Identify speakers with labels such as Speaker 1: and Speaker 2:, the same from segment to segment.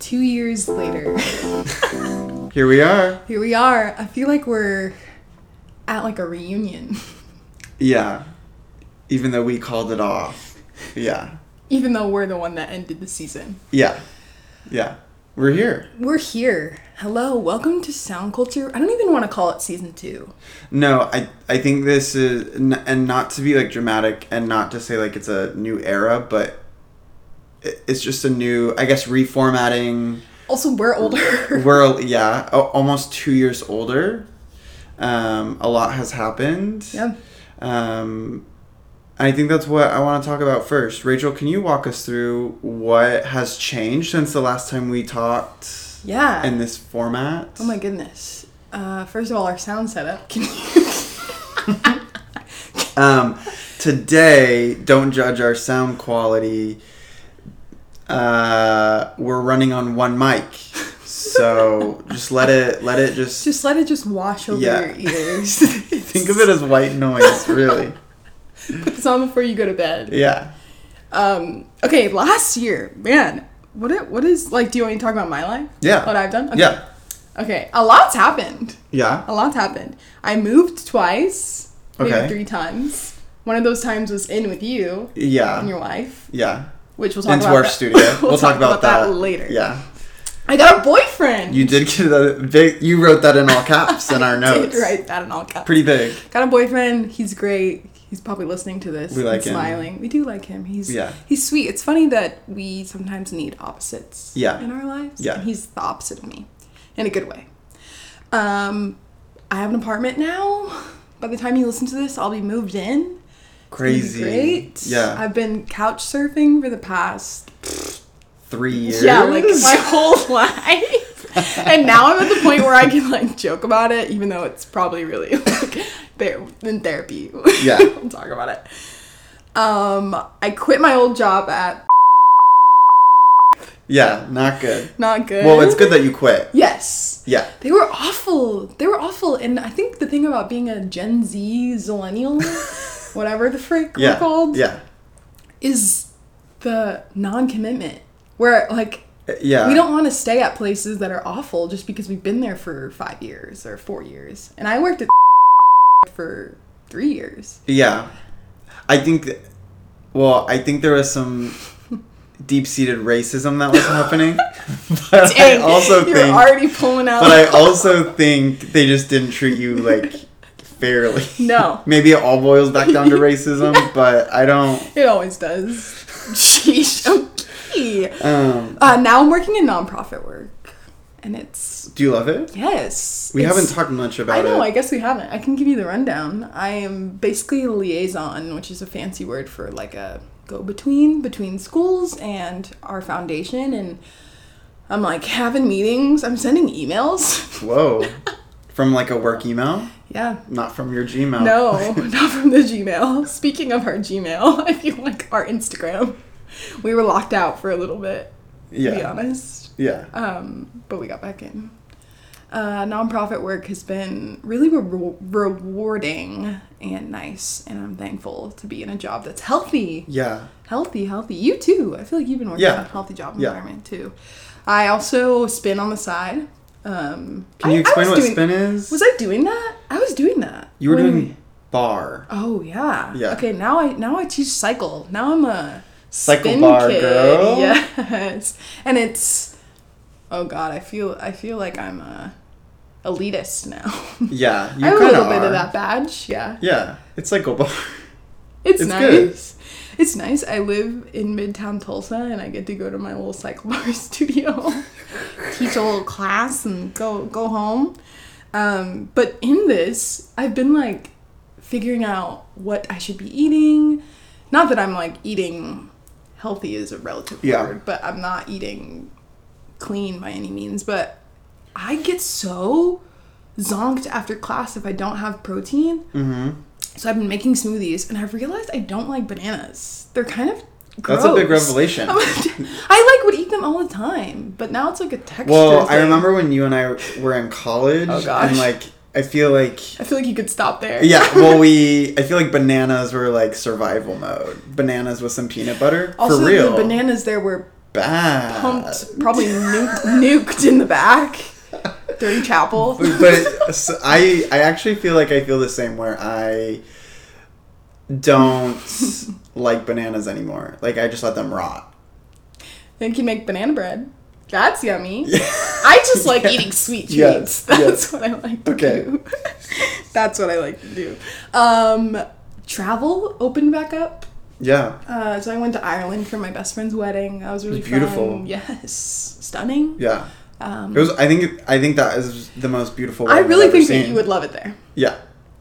Speaker 1: two years later.
Speaker 2: Here we are.
Speaker 1: Here we are. I feel like we're at like a reunion,
Speaker 2: Yeah. Even though we called it off. Yeah.
Speaker 1: even though we're the one that ended the season.
Speaker 2: Yeah. Yeah. We're here.
Speaker 1: We're here. Hello, welcome to Sound Culture. I don't even want to call it season two.
Speaker 2: No, I I think this is n- and not to be like dramatic and not to say like it's a new era, but it- it's just a new I guess reformatting.
Speaker 1: Also, we're older.
Speaker 2: We're yeah, a- almost 2 years older. Um a lot has happened.
Speaker 1: yeah.
Speaker 2: Um, I think that's what I want to talk about first. Rachel, can you walk us through what has changed since the last time we talked
Speaker 1: Yeah.
Speaker 2: in this format?
Speaker 1: Oh my goodness. Uh, first of all, our sound setup. Can you?
Speaker 2: Um, today, don't judge our sound quality. Uh, we're running on one mic, so just let it let it just,
Speaker 1: just let it just wash over
Speaker 2: Yeah.
Speaker 1: your ears.
Speaker 2: think of it as white noise. Really,
Speaker 1: Put this on before you go to bed.
Speaker 2: yeah.
Speaker 1: Um, okay, last year, man, what it, what is like? Do you want me to talk about my life?
Speaker 2: Yeah.
Speaker 1: What I've done? Okay.
Speaker 2: Yeah,
Speaker 1: Okay, a lot's happened.
Speaker 2: yeah.
Speaker 1: A lot's happened. I moved twice, maybe
Speaker 2: Okay.
Speaker 1: three times. One of those times was in with you and
Speaker 2: Yeah,
Speaker 1: your wife,
Speaker 2: yeah.
Speaker 1: which we'll talk
Speaker 2: Into
Speaker 1: about
Speaker 2: our
Speaker 1: that-
Speaker 2: studio. We'll, talk, about, that.
Speaker 1: later.
Speaker 2: Yeah.
Speaker 1: I got a boyfriend.
Speaker 2: You did get a big. You wrote that in all caps in our
Speaker 1: I
Speaker 2: notes.
Speaker 1: did write that in all caps.
Speaker 2: Pretty big.
Speaker 1: Got a boyfriend. He's great. He's probably listening to this.
Speaker 2: We like
Speaker 1: and
Speaker 2: him.
Speaker 1: Smiling. We do like him. He's
Speaker 2: Yeah.
Speaker 1: He's sweet. It's funny that we sometimes need opposites.
Speaker 2: Yeah.
Speaker 1: In our lives.
Speaker 2: Yeah.
Speaker 1: And he's the opposite of me, in a good way. Um, I have an apartment now. By the time you listen to this, I'll be moved in. It's gonna be
Speaker 2: Crazy.
Speaker 1: Great.
Speaker 2: Yeah.
Speaker 1: I've been couch surfing for the past
Speaker 2: Three years.
Speaker 1: yeah, like my whole life. and now I'm at the point where I can like joke about it, even though it's probably really like ther- in therapy.
Speaker 2: Yeah.
Speaker 1: we'll talk about it. Um, I quit my old job at
Speaker 2: yeah, not good.
Speaker 1: not good.
Speaker 2: Well, it's good that you quit.
Speaker 1: Yes.
Speaker 2: Yeah.
Speaker 1: They were awful. They were awful. And I think the thing about being a Gen Z zillennial, whatever the frick
Speaker 2: Yeah.
Speaker 1: we're called,
Speaker 2: Yeah.
Speaker 1: is the non-commitment. Where like
Speaker 2: Yeah.
Speaker 1: we don't want to stay at places that are awful just because we've been there for five years or four years. And I worked at for three years.
Speaker 2: Yeah. I think. th- Well, I think there was some deep-seated racism that was happening, but
Speaker 1: Dang,
Speaker 2: I also
Speaker 1: you're
Speaker 2: think.
Speaker 1: already pulling out.
Speaker 2: but I also think they just didn't treat you like fairly.
Speaker 1: No.
Speaker 2: Maybe it all boils back down to racism, but I don't.
Speaker 1: it always does. Sheesh. Okay.
Speaker 2: Um,
Speaker 1: Uh, now I'm working in nonprofit work, and it's
Speaker 2: do you love it?
Speaker 1: yes.
Speaker 2: We
Speaker 1: it's-
Speaker 2: haven't talked much about
Speaker 1: I know.
Speaker 2: it.
Speaker 1: I guess we haven't. I can give you the rundown. I am basically a liaison, which is a fancy word for like a go-between between schools and our foundation. And I'm like having meetings. I'm sending emails.
Speaker 2: Whoa. From like a work email,
Speaker 1: yeah.
Speaker 2: not from your Gmail.
Speaker 1: No, not from the Gmail. Speaking of our Gmail, I feel like our Instagram, we were locked out for a little bit. To be
Speaker 2: Yeah.
Speaker 1: honest.
Speaker 2: Yeah.
Speaker 1: um, but we got back in. Uh, nonprofit work has been really re- rewarding and nice, and I'm thankful to be in a job that's healthy,
Speaker 2: Yeah.
Speaker 1: healthy, healthy. You too. I feel like you've been working
Speaker 2: Yeah.
Speaker 1: in a healthy job
Speaker 2: Yeah.
Speaker 1: environment too. I also spin on the side. Um,
Speaker 2: Can
Speaker 1: I-
Speaker 2: you
Speaker 1: I
Speaker 2: explain
Speaker 1: was
Speaker 2: what
Speaker 1: doing-
Speaker 2: spin is?
Speaker 1: Was I doing that? I was doing that.
Speaker 2: you were
Speaker 1: when-
Speaker 2: doing bar.
Speaker 1: Oh yeah.
Speaker 2: Yeah.
Speaker 1: Okay. Now I now I teach cycle. Now I'm a
Speaker 2: Cycle
Speaker 1: spin
Speaker 2: bar girl.
Speaker 1: Yes. And it's oh god, I feel I feel like I'm a elitist now.
Speaker 2: Yeah. You
Speaker 1: I have a
Speaker 2: kinda
Speaker 1: little bit
Speaker 2: are.
Speaker 1: of that badge. Yeah.
Speaker 2: Yeah. It's like a bar.
Speaker 1: It's,
Speaker 2: It's
Speaker 1: nice.
Speaker 2: good.
Speaker 1: It's nice. I live in Midtown Tulsa, and I get to go to my little cycle bar studio, teach a little class, and go go home. Um, but in this, I've been like figuring out what I should be eating. Not that I'm like eating healthy is a relative
Speaker 2: Yeah.
Speaker 1: word, but I'm not eating clean by any means. But I get so zonked after class if I don't have protein.
Speaker 2: Mm-hmm.
Speaker 1: So I've been making smoothies, and I've realized I don't like bananas. They're kind of gross.
Speaker 2: That's a big revelation.
Speaker 1: I like would eat them all the time, but now it's like a texture.
Speaker 2: Well, I
Speaker 1: thing.
Speaker 2: remember when you and I were in college,
Speaker 1: Oh, gosh.
Speaker 2: and like I feel like.
Speaker 1: I feel like you could stop there.
Speaker 2: Yeah, well, we. I feel like bananas were like survival mode. Bananas with some peanut butter.
Speaker 1: Also,
Speaker 2: For real. Uh,
Speaker 1: the bananas there were
Speaker 2: bad.
Speaker 1: pumped, probably nuked, nuked in the back. Dirty chapel.
Speaker 2: but so I I actually feel like I feel the same where I don't like bananas anymore. Like I just let them rot.
Speaker 1: Then you can make banana bread. That's yummy. I just like
Speaker 2: Yeah.
Speaker 1: eating sweet treats.
Speaker 2: Yes,
Speaker 1: That's
Speaker 2: yes.
Speaker 1: what I like to
Speaker 2: Okay.
Speaker 1: do. That's what I like to do. Um, travel opened back up.
Speaker 2: Yeah.
Speaker 1: Uh, so I went to Ireland for my best friend's wedding. That was really
Speaker 2: beautiful.
Speaker 1: fun. Yes, stunning.
Speaker 2: Yeah.
Speaker 1: Um,
Speaker 2: It was I think I think that is the most beautiful
Speaker 1: I
Speaker 2: wedding I've
Speaker 1: really
Speaker 2: ever
Speaker 1: think
Speaker 2: seen.
Speaker 1: that you would love it there.
Speaker 2: Yeah.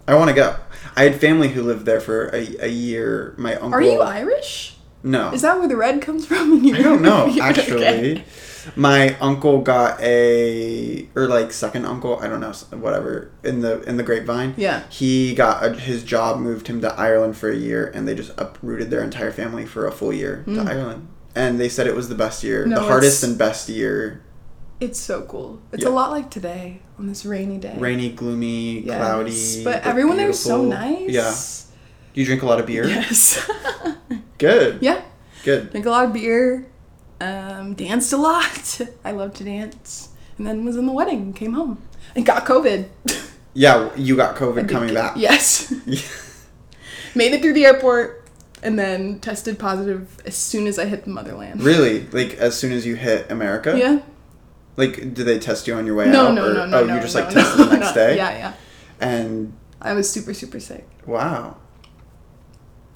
Speaker 2: I want to go. I had family who lived there for a, a year. My uncle
Speaker 1: Are you Irish?
Speaker 2: No.
Speaker 1: Is that where the red comes from? In you?
Speaker 2: I don't know,
Speaker 1: Okay.
Speaker 2: actually. My uncle got a or like second uncle, I don't know, whatever, in the in the grapevine.
Speaker 1: Yeah.
Speaker 2: He got a, his job moved him to Ireland for a year and they just uprooted their entire family for a full year to Ireland. And they said it was the best year,
Speaker 1: Hmm. No,
Speaker 2: the hardest
Speaker 1: it's-
Speaker 2: and best year.
Speaker 1: It's so cool. It's
Speaker 2: Yeah.
Speaker 1: a lot like today on this rainy day.
Speaker 2: Rainy, gloomy,
Speaker 1: Yes.
Speaker 2: cloudy.
Speaker 1: But everyone there is so
Speaker 2: beautiful.
Speaker 1: nice.
Speaker 2: Yeah. Do you drink a lot of beer?
Speaker 1: Yes.
Speaker 2: Good.
Speaker 1: yeah.
Speaker 2: Good.
Speaker 1: Drank a lot of beer. Um, danced a lot. I love to dance. And then was in the wedding. Came home and got COVID.
Speaker 2: Yeah, you got
Speaker 1: I
Speaker 2: COVID
Speaker 1: did
Speaker 2: coming
Speaker 1: get-
Speaker 2: back.
Speaker 1: Yes. Made it through the airport and then tested positive as soon as I hit the motherland.
Speaker 2: really? Like as soon as you hit America?
Speaker 1: Yeah.
Speaker 2: Like, do they test you on your way
Speaker 1: No,
Speaker 2: out?
Speaker 1: no,
Speaker 2: or,
Speaker 1: no, no.
Speaker 2: Oh,
Speaker 1: no,
Speaker 2: you just
Speaker 1: no,
Speaker 2: like
Speaker 1: no,
Speaker 2: test the next
Speaker 1: no.
Speaker 2: day.
Speaker 1: Yeah, yeah.
Speaker 2: And
Speaker 1: I was super, super sick.
Speaker 2: wow,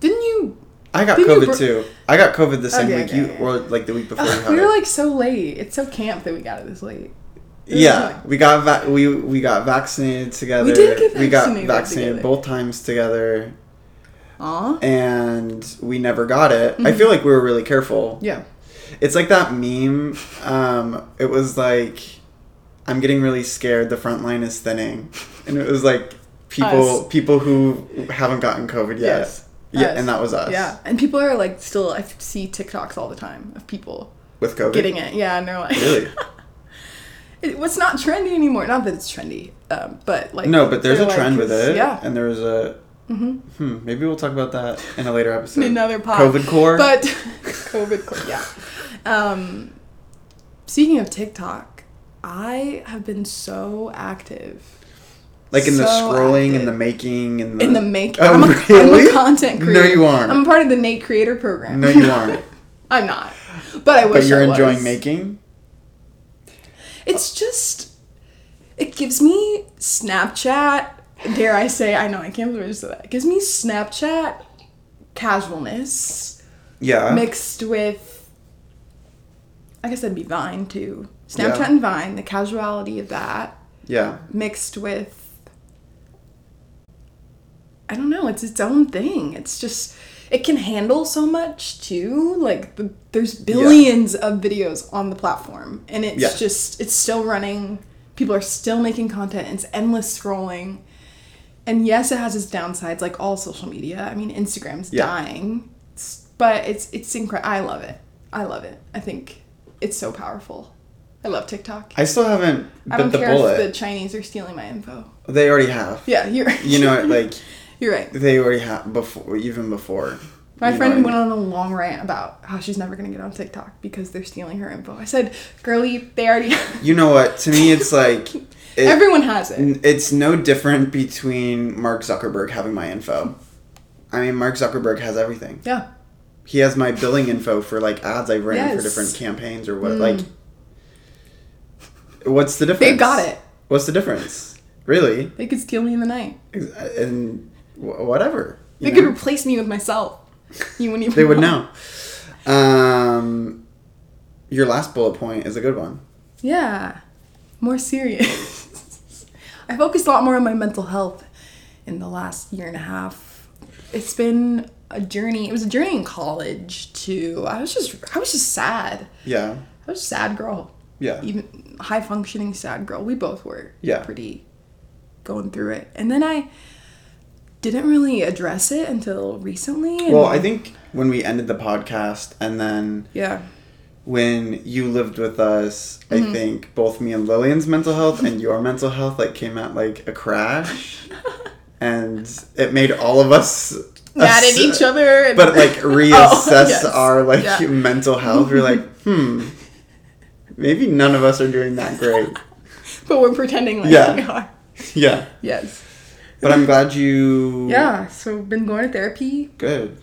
Speaker 1: Didn't you?
Speaker 2: I got
Speaker 1: Didn't you Oh,
Speaker 2: COVID
Speaker 1: br-
Speaker 2: too. I got COVID the same
Speaker 1: Okay,
Speaker 2: week
Speaker 1: okay,
Speaker 2: you
Speaker 1: okay.
Speaker 2: or like the week before you had
Speaker 1: we
Speaker 2: it.
Speaker 1: were like so late. It's so camp that we got it this late. it was
Speaker 2: yeah,
Speaker 1: like-
Speaker 2: we got va- we we got vaccinated together.
Speaker 1: did get
Speaker 2: We got
Speaker 1: vaccinated
Speaker 2: vaccinated
Speaker 1: together.
Speaker 2: both times together,
Speaker 1: Aw.
Speaker 2: and we never got it. I
Speaker 1: Mm-hmm.
Speaker 2: feel like we were really careful.
Speaker 1: Yeah.
Speaker 2: It's like that meme. Um, it was like, I'm getting really scared. The front line is thinning, and it was like people
Speaker 1: Us.
Speaker 2: people who haven't gotten COVID yet.
Speaker 1: Yes.
Speaker 2: Yeah,
Speaker 1: Us.
Speaker 2: and that was us.
Speaker 1: Yeah. And people are like still, I see TikToks all the time of people
Speaker 2: with COVID.
Speaker 1: getting it. Yeah. And they're like,
Speaker 2: Really?
Speaker 1: It, it's not trendy anymore. Not that it's trendy, um, but like
Speaker 2: No, but there's
Speaker 1: they're
Speaker 2: a trend
Speaker 1: like,
Speaker 2: with it.
Speaker 1: Yeah, mm-hmm.
Speaker 2: And there was a. Hmm, maybe we'll talk about that in a later episode.
Speaker 1: another pod.
Speaker 2: COVID core.
Speaker 1: but COVID core. Yeah. Um, speaking of TikTok, I have been so active
Speaker 2: like in the
Speaker 1: so
Speaker 2: scrolling and the
Speaker 1: active.
Speaker 2: making and the.
Speaker 1: in the making.
Speaker 2: Oh,
Speaker 1: I'm, a,
Speaker 2: really?
Speaker 1: I'm a content
Speaker 2: No,
Speaker 1: creator.
Speaker 2: you aren't.
Speaker 1: I'm a part of the Nate Creator Program.
Speaker 2: No, you aren't.
Speaker 1: I'm not. But I wish.
Speaker 2: but you're
Speaker 1: I
Speaker 2: enjoying
Speaker 1: was.
Speaker 2: making?
Speaker 1: It's just, it gives me Snapchat. Dare I say? I know I can't believe I just said that. It gives me Snapchat casualness.
Speaker 2: Yeah.
Speaker 1: mixed with I guess that'd be Vine too. Snapchat
Speaker 2: Yeah.
Speaker 1: and Vine, the casuality of that,
Speaker 2: yeah.
Speaker 1: mixed with I don't know, it's its own thing. It's just it can handle so much too. Like the, there's billions of videos on the platform and it's
Speaker 2: Yeah.
Speaker 1: just it's still running. People are still making content. It's endless scrolling. And yes, it has its downsides like all social media. I mean, Instagram's
Speaker 2: Yeah.
Speaker 1: dying. It's, but it's it's incredible. I love it. I love it. I think it's so powerful. I love TikTok.
Speaker 2: I still haven't
Speaker 1: I
Speaker 2: bit
Speaker 1: don't
Speaker 2: the
Speaker 1: care
Speaker 2: bullet.
Speaker 1: if the Chinese are stealing my info.
Speaker 2: They already have.
Speaker 1: Yeah, you're
Speaker 2: You know, like
Speaker 1: you're right.
Speaker 2: they already have before, even before.
Speaker 1: My
Speaker 2: You know
Speaker 1: friend
Speaker 2: what
Speaker 1: went
Speaker 2: I mean?
Speaker 1: on a long rant about how she's never gonna get on TikTok because they're stealing her info. I said, "Girlie, they already.
Speaker 2: You know what? To me, it's like it,
Speaker 1: Everyone has it.
Speaker 2: n- it's no different between Mark Zuckerberg having my info. I mean, Mark Zuckerberg has everything.
Speaker 1: Yeah,
Speaker 2: He has my billing info for like ads I've ran for
Speaker 1: Yes. Mm.
Speaker 2: different campaigns or what. Like, what's the difference?
Speaker 1: they got it.
Speaker 2: What's the difference? Really?
Speaker 1: They could steal me in the night.
Speaker 2: Ex- And wh- whatever.
Speaker 1: They
Speaker 2: you
Speaker 1: could
Speaker 2: know?
Speaker 1: replace me with myself. You wouldn't even.
Speaker 2: they would know. Um, your last bullet point is a good one.
Speaker 1: Yeah, more serious. I focused a lot more on my mental health in the last year and a half. It's been a journey. It was a journey in college too. I was just I was just sad.
Speaker 2: Yeah.
Speaker 1: I was a sad girl.
Speaker 2: Yeah.
Speaker 1: Even high functioning sad girl. We both were
Speaker 2: Yeah.
Speaker 1: pretty going through it. And then I didn't really address it until recently. and-
Speaker 2: Well, I think when we ended the podcast and then
Speaker 1: yeah.
Speaker 2: when you lived with us,
Speaker 1: Mm-hmm.
Speaker 2: I think both me and Lillian's mental health and your mental health like came at like a crash, and it made all of us
Speaker 1: Mad at
Speaker 2: us-
Speaker 1: each other. And
Speaker 2: But like
Speaker 1: Oh,
Speaker 2: reassess
Speaker 1: yes.
Speaker 2: our like
Speaker 1: Yeah.
Speaker 2: mental health. We're like, hmm, maybe none of us are doing that great.
Speaker 1: But we're pretending like
Speaker 2: Yeah.
Speaker 1: we are.
Speaker 2: yeah.
Speaker 1: Yes.
Speaker 2: But I'm glad you.
Speaker 1: Yeah. So been going to therapy,
Speaker 2: Good.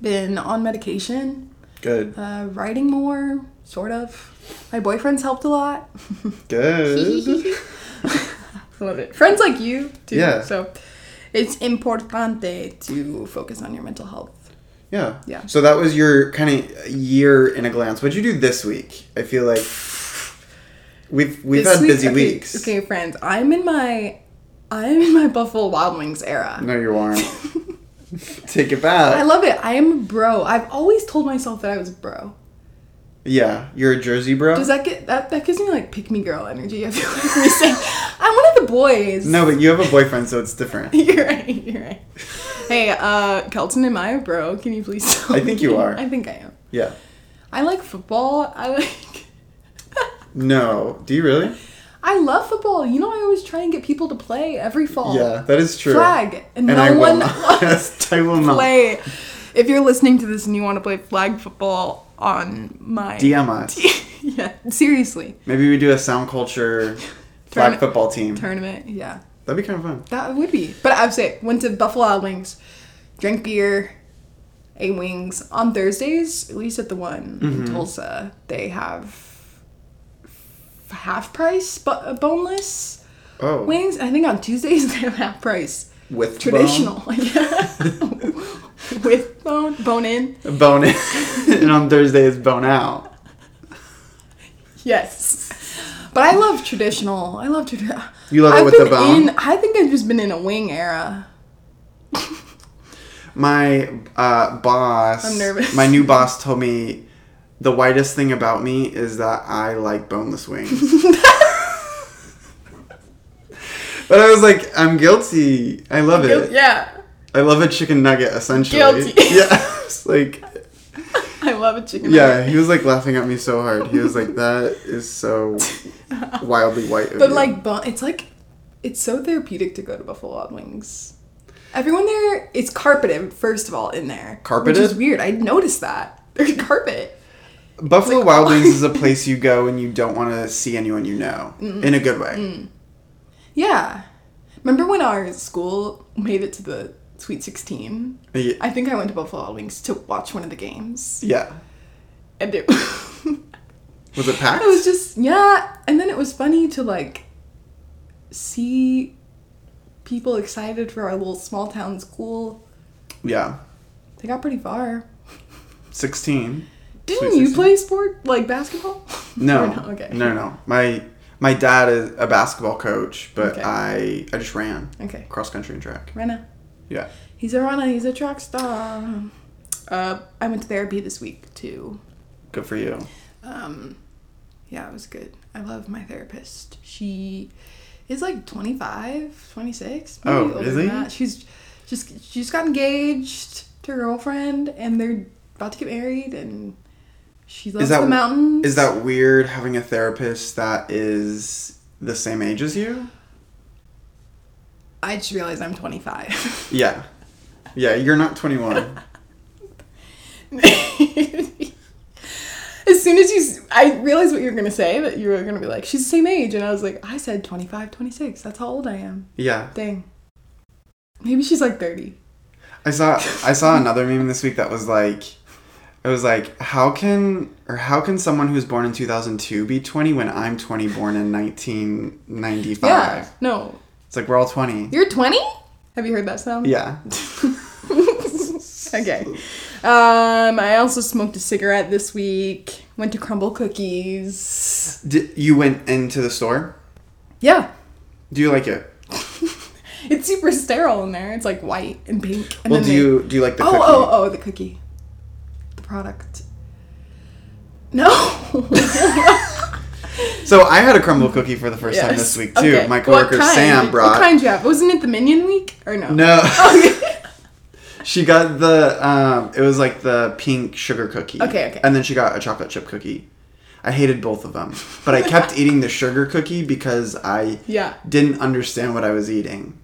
Speaker 1: been on medication,
Speaker 2: Good.
Speaker 1: uh, writing more, sort of. My boyfriend's helped a lot.
Speaker 2: Good.
Speaker 1: Love it. Friends like you too.
Speaker 2: Yeah.
Speaker 1: So it's importante to focus on your mental health.
Speaker 2: yeah.
Speaker 1: Yeah.
Speaker 2: So that was your kind of year in a glance. What'd you do this week? I feel like we've we've
Speaker 1: This
Speaker 2: had
Speaker 1: week-
Speaker 2: busy
Speaker 1: okay,
Speaker 2: weeks.
Speaker 1: Okay, friends, I'm in my I'm in my Buffalo Wild Wings era.
Speaker 2: No, you aren't. Take it
Speaker 1: I
Speaker 2: back.
Speaker 1: love it. I am a bro. I've always told myself that I was a bro.
Speaker 2: yeah, you're a Jersey bro.
Speaker 1: Does that get that that gives me like pick me girl energy? I feel like we say I'm one of the boys.
Speaker 2: no, but you have a boyfriend, so it's different.
Speaker 1: You're right, you're right. Hey, uh Kelton, am I a bro? Can you please tell
Speaker 2: I think
Speaker 1: me?
Speaker 2: you are.
Speaker 1: I think I am.
Speaker 2: Yeah.
Speaker 1: I like football. I like
Speaker 2: No. Do you really?
Speaker 1: I love football. You know I always try and get people to play every fall.
Speaker 2: Yeah, that is true.
Speaker 1: Flag. And,
Speaker 2: And
Speaker 1: no
Speaker 2: I will
Speaker 1: one
Speaker 2: not.
Speaker 1: wants
Speaker 2: I will
Speaker 1: to
Speaker 2: not.
Speaker 1: play. If you're listening to this and you want to play flag football on my
Speaker 2: DM us.
Speaker 1: yeah, seriously.
Speaker 2: Maybe we do a sound culture
Speaker 1: Turn
Speaker 2: flag
Speaker 1: it-
Speaker 2: football team.
Speaker 1: Tournament, yeah.
Speaker 2: That'd be kind of fun.
Speaker 1: That would be. But I would say went to Buffalo Wild Wings, drank beer, ate wings on Thursdays. At least at the one in
Speaker 2: Mm-hmm.
Speaker 1: Tulsa, they have f- half price but uh, boneless
Speaker 2: Oh.
Speaker 1: wings. I think on Tuesdays they have half price
Speaker 2: With
Speaker 1: traditional. Yeah. With bone, bone in.
Speaker 2: bone, bone in. and on Thursday it's bone out.
Speaker 1: Yes. But I love traditional. I love traditional.
Speaker 2: You love it with the
Speaker 1: In,
Speaker 2: bone?
Speaker 1: I think I've just been in a wing era.
Speaker 2: My uh, boss,
Speaker 1: I'm nervous.
Speaker 2: My new boss told me the whitest thing about me is that I like boneless wings. but I was like, I'm guilty. I love it.
Speaker 1: Yeah.
Speaker 2: I love a chicken nugget essentially.
Speaker 1: Guilty.
Speaker 2: Yeah, it's like
Speaker 1: I love a chicken.
Speaker 2: yeah. He was like laughing at me so hard. He was like, that is so wildly white. of
Speaker 1: But
Speaker 2: you."
Speaker 1: like, bon- it's like, it's so therapeutic to go to Buffalo Wild Wings. Everyone there, it's carpeted first of all in there. Which is
Speaker 2: Carpeted?
Speaker 1: weird. I noticed that there's carpet.
Speaker 2: Buffalo
Speaker 1: It's like-
Speaker 2: Wild Wings is a place you go and you don't want to see anyone you know in a good way.
Speaker 1: Mm. Yeah. Remember when our school made it to the Sweet Sixteen?
Speaker 2: Ye-
Speaker 1: I think I went to Buffalo Wild Wings to watch one of the games,
Speaker 2: Yeah.
Speaker 1: and it.
Speaker 2: Was it packed?
Speaker 1: it was just yeah and then it was funny to like see people excited for our little small town school
Speaker 2: yeah.
Speaker 1: they got pretty far
Speaker 2: 16.
Speaker 1: didn't
Speaker 2: Sweet
Speaker 1: you
Speaker 2: 16.
Speaker 1: play sport like basketball
Speaker 2: No.
Speaker 1: Or no, okay
Speaker 2: No, no. My my dad is a basketball coach, but
Speaker 1: Okay.
Speaker 2: I I just ran
Speaker 1: okay
Speaker 2: cross country and track.
Speaker 1: Rena
Speaker 2: Yeah.
Speaker 1: he's a runner he's a track star uh, I went to therapy this week too
Speaker 2: Good for you.
Speaker 1: um, yeah it was good I love my therapist she is like 25 26 maybe
Speaker 2: Oh,
Speaker 1: older than
Speaker 2: really?
Speaker 1: that. she's just she's got engaged to her girlfriend and they're about to get married and she loves
Speaker 2: that-
Speaker 1: the mountains
Speaker 2: Is that weird having a therapist that is the same age as you?
Speaker 1: I just realized I'm 25
Speaker 2: Yeah. Yeah, you're not 21.
Speaker 1: as soon as you s- I realized what you were gonna say that you were gonna be like she's the same age and I was like I said 25 26 that's how old I am
Speaker 2: Yeah.
Speaker 1: dang maybe she's like 30
Speaker 2: I saw I saw another meme this week that was like it was like how can or how can someone who's born in 2002 be 20 when I'm 20 born in 1995?
Speaker 1: yeah no
Speaker 2: It's like we're all 20.
Speaker 1: You're 20? Have you heard that sound?
Speaker 2: Yeah.
Speaker 1: Okay. Um, I also smoked a cigarette this week. Went to Crumble Cookies.
Speaker 2: D- you went into the store?
Speaker 1: Yeah.
Speaker 2: Do you like it?
Speaker 1: It's super sterile in there. It's like white and pink. And
Speaker 2: well, do
Speaker 1: they-
Speaker 2: you do you like the
Speaker 1: oh,
Speaker 2: cookie?
Speaker 1: oh, oh, the cookie. The product. No.
Speaker 2: So I had a crumble cookie for the first time this week too.
Speaker 1: oh. Okay.
Speaker 2: My
Speaker 1: What
Speaker 2: coworker
Speaker 1: kind?
Speaker 2: Sam brought
Speaker 1: What kind Oh. do you have? Wasn't it the Minion Week? Or no?
Speaker 2: No.
Speaker 1: Okay.
Speaker 2: She got the um it was like the pink sugar cookie.
Speaker 1: Okay, okay.
Speaker 2: And then she got a chocolate chip cookie. I hated both of them, but I kept eating the sugar cookie because I
Speaker 1: Yeah.
Speaker 2: didn't understand what I was eating.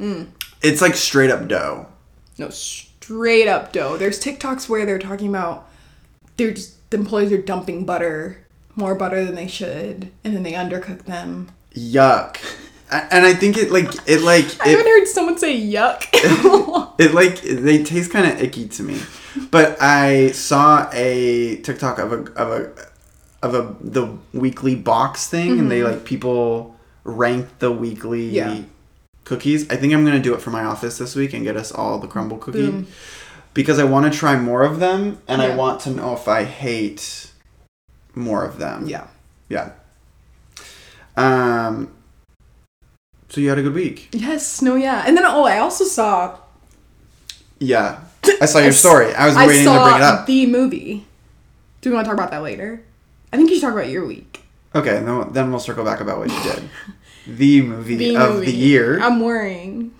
Speaker 1: Mm.
Speaker 2: It's like straight up dough.
Speaker 1: No, straight up dough. There's TikToks where they're talking about they're just the employees are dumping butter, more butter than they should, and then they undercook them.
Speaker 2: Yuck. A- And I think it like it like
Speaker 1: I haven't
Speaker 2: it,
Speaker 1: heard someone say yuck. in a while.
Speaker 2: it like they taste kind of icky to me. But I saw a TikTok of a of a of a the weekly box thing, and they like people ranked the weekly
Speaker 1: Mm-hmm. Yeah.
Speaker 2: cookies. I think I'm gonna do it for my office this week and get us all the crumble cookie
Speaker 1: Boom.
Speaker 2: because I want to try more of them, and I
Speaker 1: Yeah.
Speaker 2: want to know if I hate more of them.
Speaker 1: yeah.
Speaker 2: Yeah. Um. So you had a good week.
Speaker 1: Yes. No. Yeah. And then oh, I also saw.
Speaker 2: Yeah. I saw your
Speaker 1: s-
Speaker 2: story. I was
Speaker 1: I
Speaker 2: waiting to
Speaker 1: saw
Speaker 2: bring it up.
Speaker 1: the movie. Do we want to talk about that later? I think you should talk about your week.
Speaker 2: Okay, then we'll, then we'll circle back about what you did. the movie
Speaker 1: The
Speaker 2: of
Speaker 1: movie.
Speaker 2: the year.
Speaker 1: I'm worrying.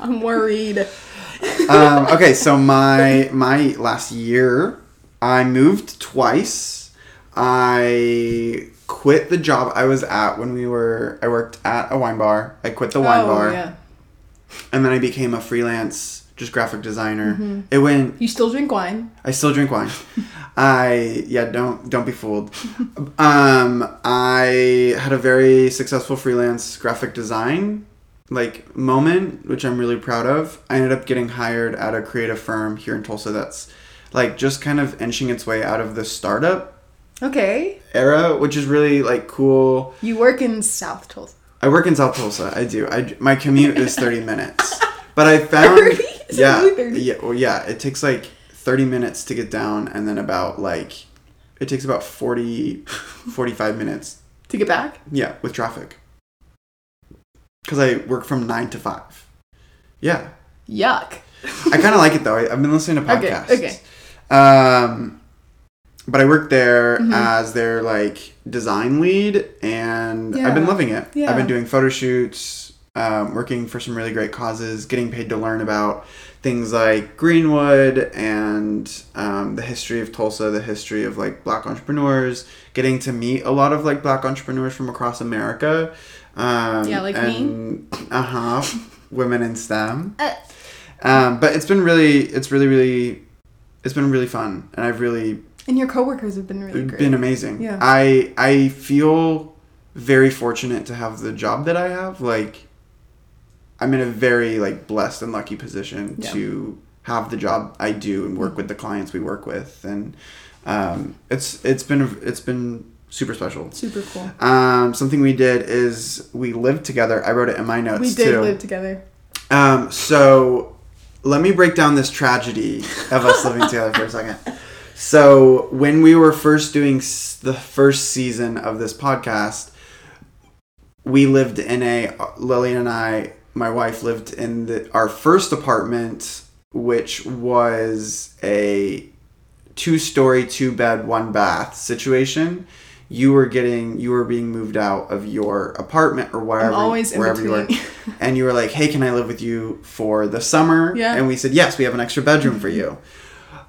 Speaker 1: I'm worried. Oh.
Speaker 2: um, okay, so my my last year, I moved twice. I quit the job I was at when we were. I worked at a wine bar. I quit the wine
Speaker 1: oh
Speaker 2: bar,
Speaker 1: yeah.
Speaker 2: and then I became a freelance, just graphic designer.
Speaker 1: Mm-hmm.
Speaker 2: It went
Speaker 1: You still drink wine?
Speaker 2: I still drink wine. I yeah, don't don't be fooled. Um, I had a very successful freelance graphic design like moment, which I'm really proud of. I ended up getting hired at a creative firm here in Tulsa that's like just kind of inching its way out of the startup
Speaker 1: Okay.
Speaker 2: era, which is really like cool.
Speaker 1: You work in South Tulsa.
Speaker 2: I work in South Tulsa. I do. I my commute is thirty minutes, but I found
Speaker 1: 30? It's
Speaker 2: yeah
Speaker 1: only 30.
Speaker 2: yeah well, yeah it takes like thirty minutes to get down, and then about like it takes about 40, 45 minutes
Speaker 1: To get back?
Speaker 2: yeah with traffic because I work from nine to five. Yeah,
Speaker 1: Yuck.
Speaker 2: I kind of like it though. I, I've been listening to
Speaker 1: Okay,
Speaker 2: podcasts.
Speaker 1: okay.
Speaker 2: Um, but I worked there
Speaker 1: Mm-hmm.
Speaker 2: as their like design lead, and I've been
Speaker 1: Yeah.
Speaker 2: loving it.
Speaker 1: Yeah.
Speaker 2: I've been doing photo shoots, um, working for some really great causes, getting paid to learn about things like Greenwood and um, the history of Tulsa, the history of like Black entrepreneurs, getting to meet a lot of like Black entrepreneurs from across America. Um,
Speaker 1: Yeah, like me.
Speaker 2: and, me. Uh huh. women in STEM
Speaker 1: Uh,
Speaker 2: um, but it's been really it's really really it's been really fun and i've really
Speaker 1: and your coworkers have been really great.
Speaker 2: been amazing
Speaker 1: Yeah.
Speaker 2: i i feel very fortunate to have the job that i have like i'm in a very like blessed and lucky position
Speaker 1: Yeah. Mm-hmm.
Speaker 2: to have the job i do and work with the clients we work with and um, it's it's been it's been super special
Speaker 1: Super cool.
Speaker 2: um, something we did is we lived together i wrote it in my notes
Speaker 1: we did
Speaker 2: too
Speaker 1: live together.
Speaker 2: um, so let me break down this tragedy of us living together for a second. So when we were first doing s- the first season of this podcast, we lived in a Lillian and I, my wife lived in the, our first apartment, which was a two-story, two-bed, one-bath situation. You were getting, you were being moved out of your apartment or wherever,
Speaker 1: always in
Speaker 2: wherever you were
Speaker 1: between.
Speaker 2: and you were like, "Hey, can I live with you for the summer?"
Speaker 1: Yeah.
Speaker 2: And we said, "Yes, we have an extra bedroom for you."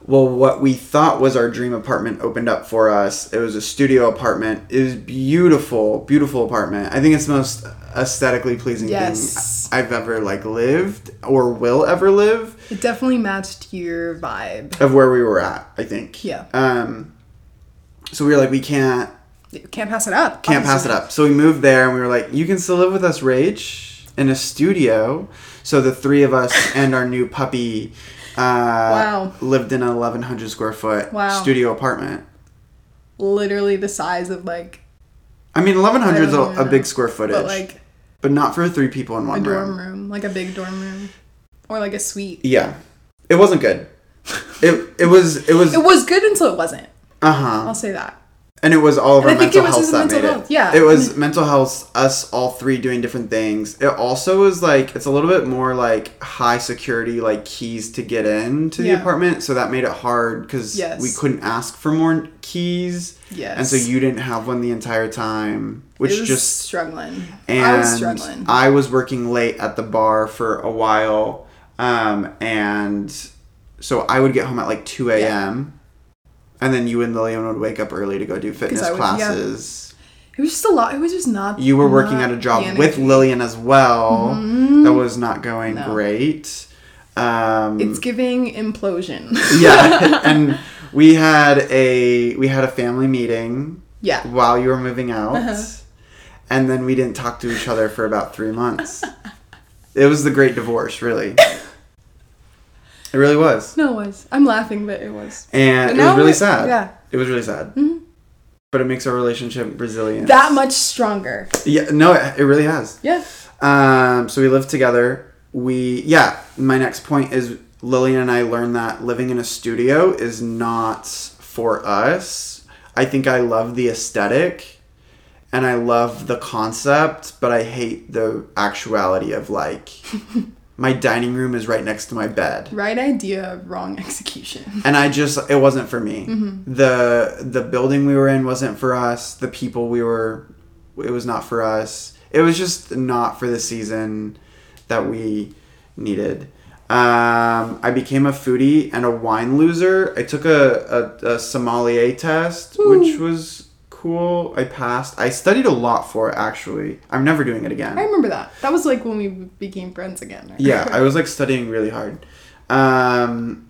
Speaker 2: Well, what we thought was our dream apartment opened up for us. It was a studio apartment. It was beautiful, beautiful apartment. I think it's the most aesthetically pleasing
Speaker 1: Yes.
Speaker 2: thing I've ever like lived or will ever live
Speaker 1: It definitely matched your vibe.
Speaker 2: of where we were at, I think.
Speaker 1: Yeah.
Speaker 2: Um so we were like, we can't
Speaker 1: You can't pass it up.
Speaker 2: can't pass it up. So we moved there and we were like, you can still live with us, Rach, in a studio. So the three of us and our new puppy uh,
Speaker 1: Wow.
Speaker 2: lived in an 1,100 square foot
Speaker 1: Wow.
Speaker 2: studio apartment.
Speaker 1: Literally the size of like,
Speaker 2: I mean, 1,100 is
Speaker 1: I don't
Speaker 2: a, a
Speaker 1: know.
Speaker 2: big square footage,
Speaker 1: but
Speaker 2: but,
Speaker 1: like
Speaker 2: not for three people in
Speaker 1: a
Speaker 2: one room.
Speaker 1: dorm room, like a big dorm room, or like a suite.
Speaker 2: Yeah. It wasn't good. It, it was, it was,
Speaker 1: It was good until it wasn't.
Speaker 2: uh huh.
Speaker 1: I'll say that.
Speaker 2: And it was all of
Speaker 1: And
Speaker 2: our
Speaker 1: I think
Speaker 2: mental
Speaker 1: it was
Speaker 2: health
Speaker 1: his
Speaker 2: that
Speaker 1: mental
Speaker 2: made
Speaker 1: health,
Speaker 2: it.
Speaker 1: yeah.
Speaker 2: It was mental health, us all three doing different things. It also is like, it's a little bit more like high security, like keys to get into
Speaker 1: Yeah.
Speaker 2: the apartment. So that made it hard because
Speaker 1: Yes.
Speaker 2: we couldn't ask for more keys.
Speaker 1: Yes.
Speaker 2: And so you didn't have one the entire time,
Speaker 1: It
Speaker 2: which
Speaker 1: was
Speaker 2: just
Speaker 1: struggling.
Speaker 2: and
Speaker 1: I was struggling.
Speaker 2: I was working late at the bar for a while, um, and so I would get home at like two a.m. And then you and Lillian would wake up early to go do fitness
Speaker 1: I would- yeah.
Speaker 2: classes.
Speaker 1: it was just a lot. It was just not.
Speaker 2: You were working
Speaker 1: not
Speaker 2: at a job
Speaker 1: the
Speaker 2: with
Speaker 1: energy.
Speaker 2: Lillian as well. That was not going
Speaker 1: Mm-hmm. No.
Speaker 2: great. Um,
Speaker 1: It's giving implosion.
Speaker 2: yeah, and we had a we had a family meeting
Speaker 1: Yeah.
Speaker 2: while you were moving out,
Speaker 1: Uh-huh.
Speaker 2: and then we didn't talk to each other for about three months. it was the great divorce, really. It really was,
Speaker 1: No, it was. I'm laughing, but it was.
Speaker 2: and
Speaker 1: But
Speaker 2: it was
Speaker 1: now
Speaker 2: really
Speaker 1: we-
Speaker 2: sad.
Speaker 1: yeah. Mm-hmm.
Speaker 2: it was really sad. But it makes our relationship resilient.
Speaker 1: That much stronger.
Speaker 2: yeah, no, it, it really has.
Speaker 1: Yeah.
Speaker 2: Um, so we lived together. We yeah. My next point is Lillian and I learned that living in a studio is not for us. I think I love the aesthetic, and I love the concept, but I hate the actuality of like. My dining room is right next to my bed
Speaker 1: Right idea, wrong execution.
Speaker 2: and I just it wasn't for me. The the building we were in wasn't for us. The people we were it was not for us. It was just not for the season that we needed. Um, I became a foodie and a wine loser. I took a, a, a sommelier test, which was cool. I passed. I studied a lot for it, actually. I'm never doing it again.
Speaker 1: I remember that. That was like when we became friends again. right?
Speaker 2: Yeah, I was like studying really hard. Um,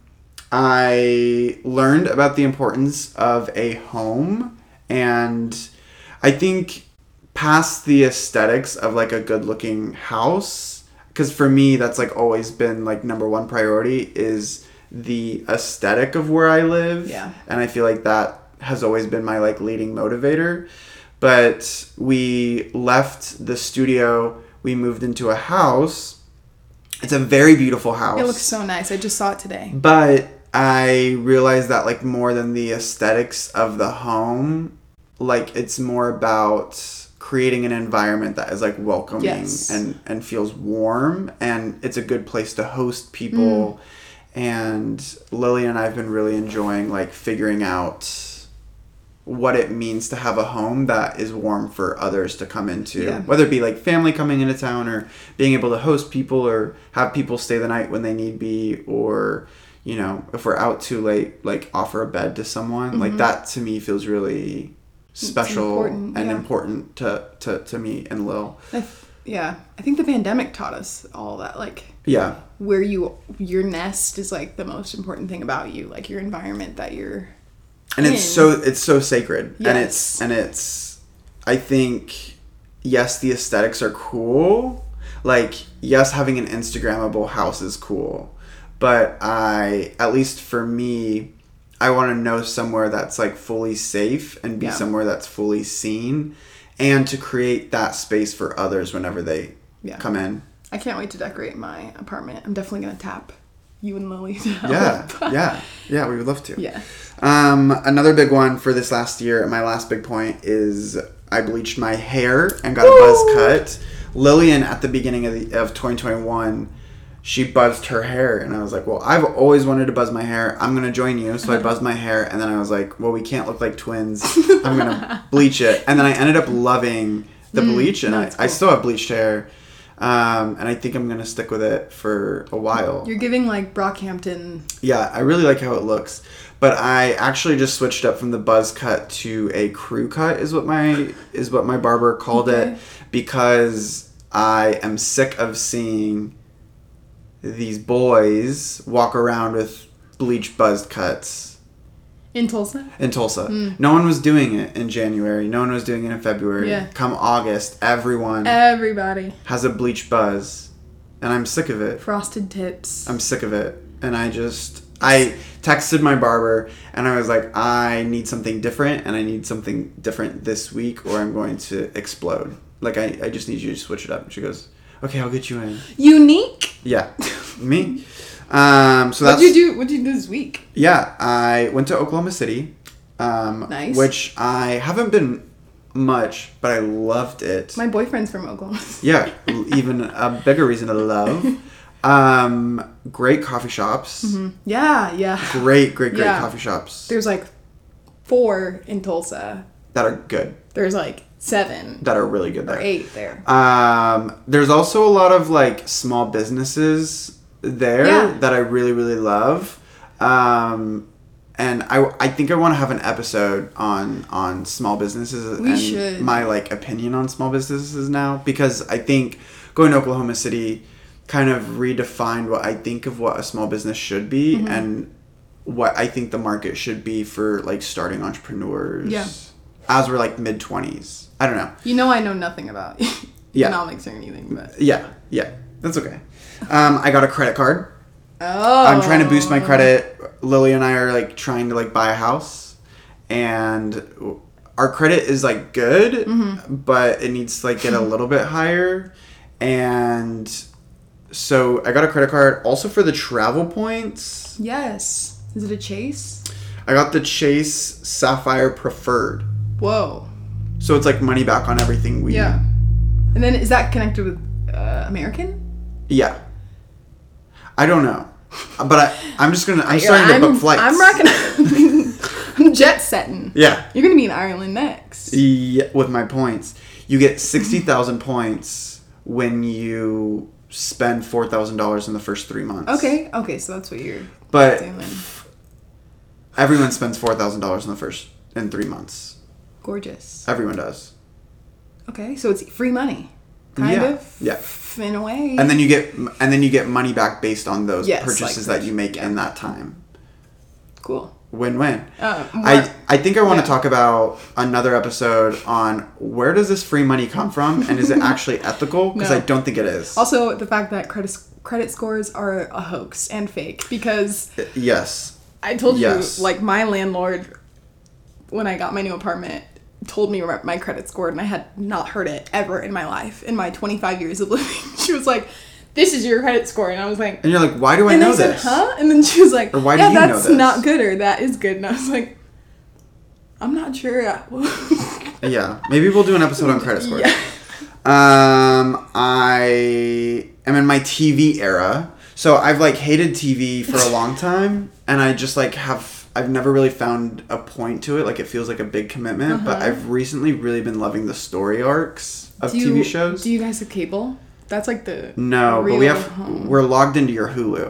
Speaker 2: I learned about the importance of a home, and I think past the aesthetics of like a good looking house, because for me that's like always been like number one priority is the aesthetic of where I live.
Speaker 1: Yeah.
Speaker 2: and I feel like that has always been my like leading motivator. But we left the studio. We moved into a house. It's a very beautiful house.
Speaker 1: It looks so nice. I just saw it today.
Speaker 2: Mm. But I realized that like more than the aesthetics of the home, like it's more about creating an environment that is like welcoming
Speaker 1: Yes.
Speaker 2: and and feels warm and it's a good place to host
Speaker 1: Mm.
Speaker 2: people. And Lily and I've been really enjoying like figuring out what it means to have a home that is warm for others to come into,
Speaker 1: Yeah.
Speaker 2: whether it be like family coming into town or being able to host people or have people stay the night when they need be, or you know, if we're out too late, like offer a bed to someone. Like that to me feels really
Speaker 1: Mm-hmm.
Speaker 2: special
Speaker 1: important,
Speaker 2: and
Speaker 1: yeah.
Speaker 2: important to, to, to me and Lil.
Speaker 1: I th- yeah. I think the pandemic taught us all that. Like,
Speaker 2: Yeah.
Speaker 1: where you your nest is like the most important thing about you like your environment that you're
Speaker 2: and it's so
Speaker 1: in.
Speaker 2: it's so sacred and it's
Speaker 1: Yes.
Speaker 2: and it's i think yes the aesthetics are cool like yes having an instagrammable house is cool but i at least for me i want to know somewhere that's like fully safe and be
Speaker 1: Yeah.
Speaker 2: somewhere that's fully seen and to create that space for others whenever they
Speaker 1: Yeah.
Speaker 2: come in
Speaker 1: i can't wait to decorate my apartment i'm definitely gonna tap you and lily to help.
Speaker 2: yeah yeah yeah we would love to
Speaker 1: yeah
Speaker 2: Um, another big one for this last year, my last big point is I bleached my hair and got a buzz
Speaker 1: Woo!
Speaker 2: cut. Lillian at the beginning of, the, of 2021, she buzzed her hair, and I was like, "Well, I've always wanted to buzz my hair. I'm gonna join you." So I buzzed my hair, and then I was like, "Well, we can't look like twins. I'm gonna bleach it." And then I ended up loving the bleach, and I,
Speaker 1: that's
Speaker 2: I
Speaker 1: Mm, cool.
Speaker 2: still have bleached hair, um, and I think I'm gonna stick with it for a while.
Speaker 1: you're giving like brockhampton
Speaker 2: Yeah, I really like how it looks. But I actually just switched up from the buzz cut to a crew cut is what my is what my barber called it
Speaker 1: Okay.
Speaker 2: because I am sick of seeing these boys walk around with bleach buzzed cuts
Speaker 1: in tulsa
Speaker 2: in Tulsa.
Speaker 1: Hmm.
Speaker 2: No one was doing it in January. No one was doing it in February.
Speaker 1: Yeah. Eh.
Speaker 2: Come August, everyone
Speaker 1: everybody
Speaker 2: has a bleach buzz and I'm sick of it.
Speaker 1: frosted tips
Speaker 2: I'm sick of it. And I just I texted my barber and I was like, I need something different and I need something different this week or I'm going to explode. Like I, I just need you to switch it up. And she goes, Okay, I'll get you in.
Speaker 1: unique
Speaker 2: Yeah. Me. Um so
Speaker 1: what'd
Speaker 2: that's
Speaker 1: you do what'd you do this week
Speaker 2: yeah, I went to Oklahoma City. Um
Speaker 1: Nice.
Speaker 2: which I haven't been much, but I loved it.
Speaker 1: my boyfriend's from oklahoma
Speaker 2: Yeah, even a bigger reason to love. Um, great coffee shops.
Speaker 1: Mm-hmm. yeah yeah
Speaker 2: great, great, great
Speaker 1: Yeah.
Speaker 2: coffee shops
Speaker 1: there's like four in tulsa
Speaker 2: that are good,
Speaker 1: there's like seven
Speaker 2: that are really good
Speaker 1: or
Speaker 2: there.
Speaker 1: eight there
Speaker 2: Um, there's also a lot of like small businesses there
Speaker 1: Yeah.
Speaker 2: that I really, really love. Um, and I, I think I want to have an episode on on small businesses
Speaker 1: We
Speaker 2: and
Speaker 1: should.
Speaker 2: my like opinion on small businesses now because I think going to Oklahoma
Speaker 1: Mm-hmm.
Speaker 2: City kind of redefined what I think of what a small business should be and what I think the market should be for like starting entrepreneurs.
Speaker 1: Yeah.
Speaker 2: As we're like mid twenties. I don't know.
Speaker 1: You know, I know nothing about
Speaker 2: Yeah.
Speaker 1: economics or anything, but
Speaker 2: Yeah, yeah, that's okay. Um, I got a credit card.
Speaker 1: oh,
Speaker 2: I'm trying to boost my credit. Lily and I are like trying to like buy a house, and our credit is like good,
Speaker 1: Mm-hmm.
Speaker 2: but it needs to like get a little bit higher. And so I got a credit card also for the travel points.
Speaker 1: Oh. Yes, is it a chase?
Speaker 2: I got the Chase Sapphire Preferred,
Speaker 1: Whoa,
Speaker 2: so it's like money back on everything we.
Speaker 1: yeah. And then is that connected with uh, American?
Speaker 2: Yeah. I don't know, but I I'm just gonna I'm starting to book flights.
Speaker 1: I'm rocking. I'm jet setting.
Speaker 2: Yeah.
Speaker 1: You're gonna be in Ireland next.
Speaker 2: Yeah, with my points, you get sixty thousand points when you spend four thousand dollars in the first three months.
Speaker 1: Okay, okay, so that's what you're
Speaker 2: but
Speaker 1: doing.
Speaker 2: everyone spends four thousand dollars in the first in three months.
Speaker 1: Gorgeous.
Speaker 2: Everyone does,
Speaker 1: Okay, so it's free money, kind
Speaker 2: Yeah,
Speaker 1: of.
Speaker 2: yeah.
Speaker 1: f- In a way.
Speaker 2: and then you get and then you get money back based on those
Speaker 1: Yes,
Speaker 2: purchases
Speaker 1: like-
Speaker 2: that you make
Speaker 1: yeah.
Speaker 2: in that time.
Speaker 1: cool.
Speaker 2: Win-win.
Speaker 1: Uh,
Speaker 2: I, I think I want to
Speaker 1: yeah.
Speaker 2: talk about another episode on where does this free money come from and is it actually ethical? Because
Speaker 1: No.
Speaker 2: I don't think it is.
Speaker 1: Also, the fact that credit credit scores are a hoax and fake because
Speaker 2: yes.
Speaker 1: I told
Speaker 2: Yes.
Speaker 1: you, like my landlord, when I got my new apartment, told me about my credit score, and I had not heard it ever in my life in my 25 years of living. She was like, "This is your credit score," and I was like,
Speaker 2: And you're like, why do I
Speaker 1: and
Speaker 2: know
Speaker 1: I said,
Speaker 2: this?
Speaker 1: "Huh?" And then she was like,
Speaker 2: Or why do
Speaker 1: "Yeah,
Speaker 2: you know
Speaker 1: that's
Speaker 2: this?"
Speaker 1: not good, or that is good," and I was like, "I'm not sure." I-
Speaker 2: Yeah, maybe we'll do an episode on credit scores.
Speaker 1: Yeah.
Speaker 2: Um, I am in my TV era, so I've like hated TV for a long time, and I just like have I've never really found a point to it. Like it feels like a big commitment, but I've recently really been loving the story arcs of
Speaker 1: Uh-huh. Do you-
Speaker 2: TV shows.
Speaker 1: Do you guys have cable? That's like the
Speaker 2: no, but
Speaker 1: real
Speaker 2: we have
Speaker 1: home.
Speaker 2: we're logged into your Hulu.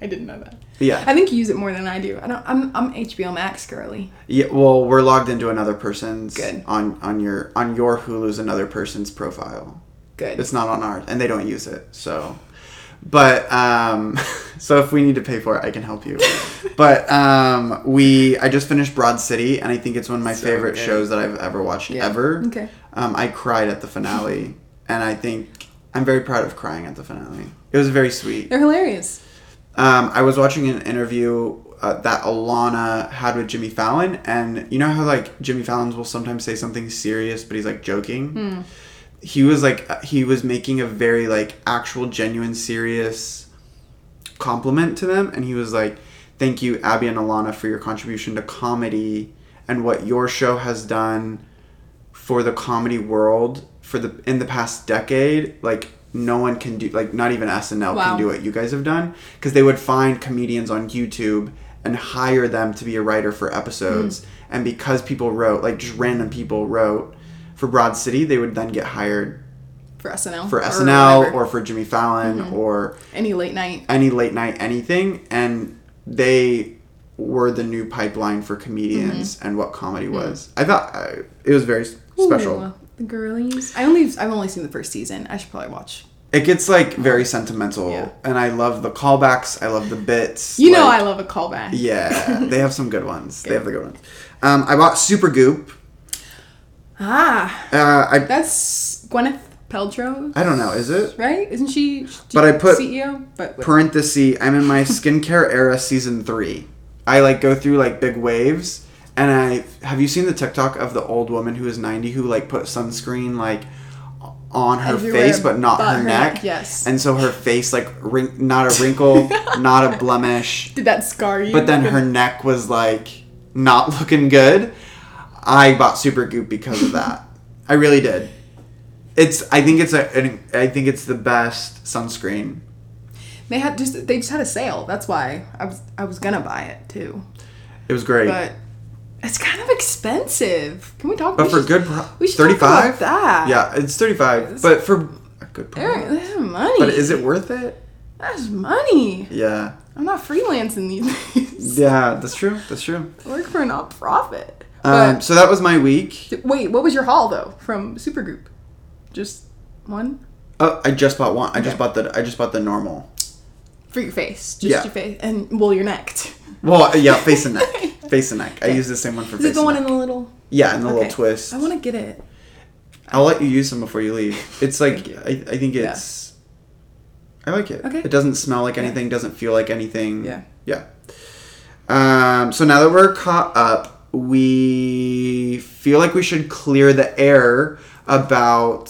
Speaker 1: I didn't know that. I
Speaker 2: Yeah,
Speaker 1: think you use it more than I do. I don't. I'm I'm HBO Max girly.
Speaker 2: yeah. Well, we're logged into another person's
Speaker 1: Good.
Speaker 2: on on your on your Hulu's another person's profile.
Speaker 1: Good.
Speaker 2: It's not on ours, and they don't use it. So, but um, so if we need to pay for it, I can help you. but um, we, I just finished Broad City, and I think it's one of my
Speaker 1: So
Speaker 2: favorite
Speaker 1: good.
Speaker 2: shows that I've ever watched
Speaker 1: Yeah.
Speaker 2: ever.
Speaker 1: Okay.
Speaker 2: Um, I cried at the finale, and I think I'm very proud of crying at the finale. It was very sweet.
Speaker 1: They're hilarious.
Speaker 2: Um, I was watching an interview uh, that Alana had with Jimmy Fallon, and you know how like Jimmy Fallon's will sometimes say something serious, but he's like joking. He was like uh, he was making a very like actual, genuine, serious compliment to them, and he was like, "Thank you, Abby and Alana, for your contribution to comedy and what your show has done for the comedy world for the in the past decade like no one can do like not even SNL
Speaker 1: Wow.
Speaker 2: can do what you guys have done because they would find comedians on YouTube and hire them to be a writer for episodes
Speaker 1: Hmm.
Speaker 2: and because people wrote like just random people wrote for Broad City they would then get hired
Speaker 1: For SNL.
Speaker 2: for SNL
Speaker 1: whatever. Hmm.
Speaker 2: or for Jimmy Fallon or
Speaker 1: any late night.
Speaker 2: any late night anything and they were the new pipeline for comedians and what comedy was I thought uh, it was very s- special
Speaker 1: Mm-hmm. Ooh, the girlies. I only I've only seen the first season. I should probably watch.
Speaker 2: It gets like very sentimental,
Speaker 1: Yeah.
Speaker 2: and I love the callbacks. I love the bits.
Speaker 1: You know
Speaker 2: like-
Speaker 1: I love a callback.
Speaker 2: Yeah, they have some good ones. They have the good ones. Um, I bought Super Goop.
Speaker 1: Ah,
Speaker 2: Uh, I
Speaker 1: that's Gwyneth Paltrow,
Speaker 2: I don't know. Is it
Speaker 1: right? Isn't she?
Speaker 2: But I put-
Speaker 1: CEO. But wait.
Speaker 2: parenthesis? I'm in my skincare era, season three. I like go through like big waves, and I have you seen the TikTok of the old woman who is 90 who like put sunscreen like on her
Speaker 1: Everywhere
Speaker 2: face but not
Speaker 1: but
Speaker 2: her,
Speaker 1: her
Speaker 2: neck.
Speaker 1: neck, yes.
Speaker 2: And so her face like wrin- not a wrinkle, not a blemish.
Speaker 1: did that scar you?
Speaker 2: but then her neck was like not looking good. I bought Super Goop because of that. I really did. It's. I think it's a. An, I think it's the best sunscreen.
Speaker 1: They had just they just had a sale. That's why I was I was gonna buy it too,
Speaker 2: It was great.
Speaker 1: but it's kind of expensive. Can we talk?
Speaker 2: But
Speaker 1: we
Speaker 2: for
Speaker 1: should-
Speaker 2: good, pro-
Speaker 1: we should talk
Speaker 2: thirty-five.
Speaker 1: about that.
Speaker 2: Yeah, it's thirty-five. But for a good
Speaker 1: Eric,
Speaker 2: price.
Speaker 1: this is money.
Speaker 2: But is it worth it?
Speaker 1: That's money.
Speaker 2: Yeah.
Speaker 1: I'm not freelancing these days.
Speaker 2: Yeah, that's true. That's true.
Speaker 1: I work for a not profit.
Speaker 2: Um, so that was my week.
Speaker 1: But wait, what was your haul though from Supergroup? Just one?
Speaker 2: Oh, I just bought one. I just
Speaker 1: Okay.
Speaker 2: bought the. I just bought the normal.
Speaker 1: for your face, just
Speaker 2: Yeah.
Speaker 1: your face, and well, your neck. too.
Speaker 2: Well, yeah, face and neck. Face and neck. I use the same one for
Speaker 1: Is
Speaker 2: face
Speaker 1: it the
Speaker 2: and
Speaker 1: one
Speaker 2: neck.
Speaker 1: in the little?
Speaker 2: yeah, and the
Speaker 1: Okay.
Speaker 2: little twist.
Speaker 1: I want to get it.
Speaker 2: I'll let you use them before you leave. It's like
Speaker 1: Thank you.
Speaker 2: I, I think it's. I like it.
Speaker 1: Okay.
Speaker 2: It doesn't smell like
Speaker 1: Yeah.
Speaker 2: anything. Doesn't feel like anything.
Speaker 1: Yeah.
Speaker 2: Yeah. Um, so now that we're caught up, we feel like we should clear the air about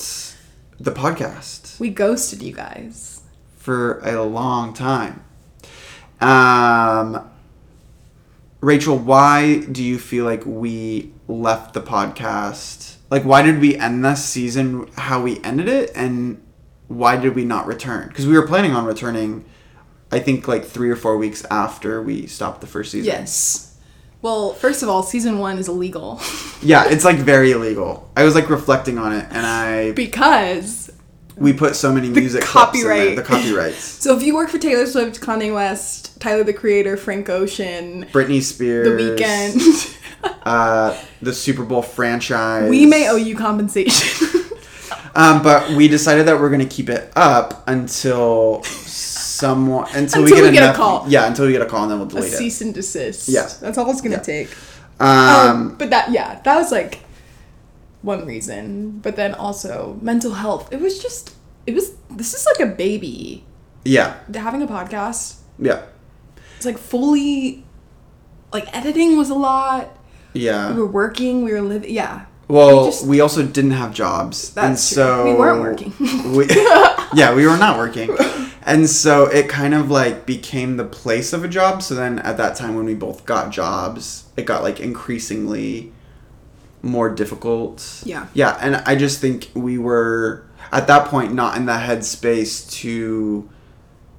Speaker 2: the podcast
Speaker 1: We ghosted you guys.
Speaker 2: for a long time. Um, Rachel, why do you feel like we left the podcast? Like, why did we end this season how we ended it? And why did we not return? Because we were planning on returning, I think, like three or four weeks after we stopped the first season.
Speaker 1: Yes. Well, first of all, season one is illegal
Speaker 2: Yeah, it's like very illegal. I was like reflecting on it and I.
Speaker 1: because
Speaker 2: we put so many music
Speaker 1: copyright.
Speaker 2: clips in there, the copyrights.
Speaker 1: so if you work for Taylor Swift, Kanye West, Tyler the Creator, Frank Ocean,
Speaker 2: Britney Spears.
Speaker 1: The Weeknd,
Speaker 2: uh, the Super Bowl franchise.
Speaker 1: we may owe you compensation.
Speaker 2: Um, but we decided that we're gonna keep it up until someone until, we
Speaker 1: Until
Speaker 2: get,
Speaker 1: we get a
Speaker 2: enough,
Speaker 1: call.
Speaker 2: Yeah, until we get a call and then we'll
Speaker 1: a
Speaker 2: delete it.
Speaker 1: cease and desist.
Speaker 2: Yeah.
Speaker 1: That's all it's gonna
Speaker 2: Yeah.
Speaker 1: take.
Speaker 2: Um,
Speaker 1: Um, but that yeah, that was like one reason. But then also mental health. It was just it was this is like a baby.
Speaker 2: yeah,
Speaker 1: Having a podcast,
Speaker 2: yeah,
Speaker 1: it's like fully like editing was a lot. We
Speaker 2: yeah.
Speaker 1: were working, we were living yeah.
Speaker 2: Well,
Speaker 1: we
Speaker 2: we,
Speaker 1: just-
Speaker 2: also didn't have jobs, and
Speaker 1: That's true.
Speaker 2: so
Speaker 1: We weren't working.
Speaker 2: we- yeah, we were not working, and so it kind of like became the place of a job. So then, at that time when we both got jobs, it got like increasingly more difficult.
Speaker 1: Yeah.
Speaker 2: Yeah, and I just think we were at that point not in the headspace to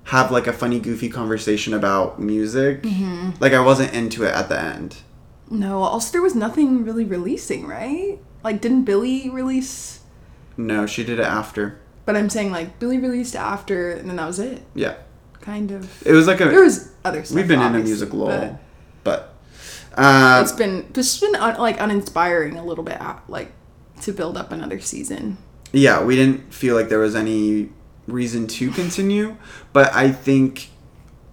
Speaker 2: have like a funny, goofy conversation about music.
Speaker 1: Mm-hmm.
Speaker 2: Like I wasn't into it at the end.
Speaker 1: No, also there was nothing really releasing, right? Like didn't Billy release
Speaker 2: No, she did it after.
Speaker 1: but I'm saying like Billy released after and then that was it.
Speaker 2: Yeah,
Speaker 1: Kind of.
Speaker 2: it was like a.
Speaker 1: There was other stuff.
Speaker 2: we've been in a
Speaker 1: obviously,
Speaker 2: music
Speaker 1: but-
Speaker 2: lull, but, um,
Speaker 1: it's been it's been un, like uninspiring a little bit uh, like to build up another season
Speaker 2: yeah, we didn't feel like there was any reason to continue, but I think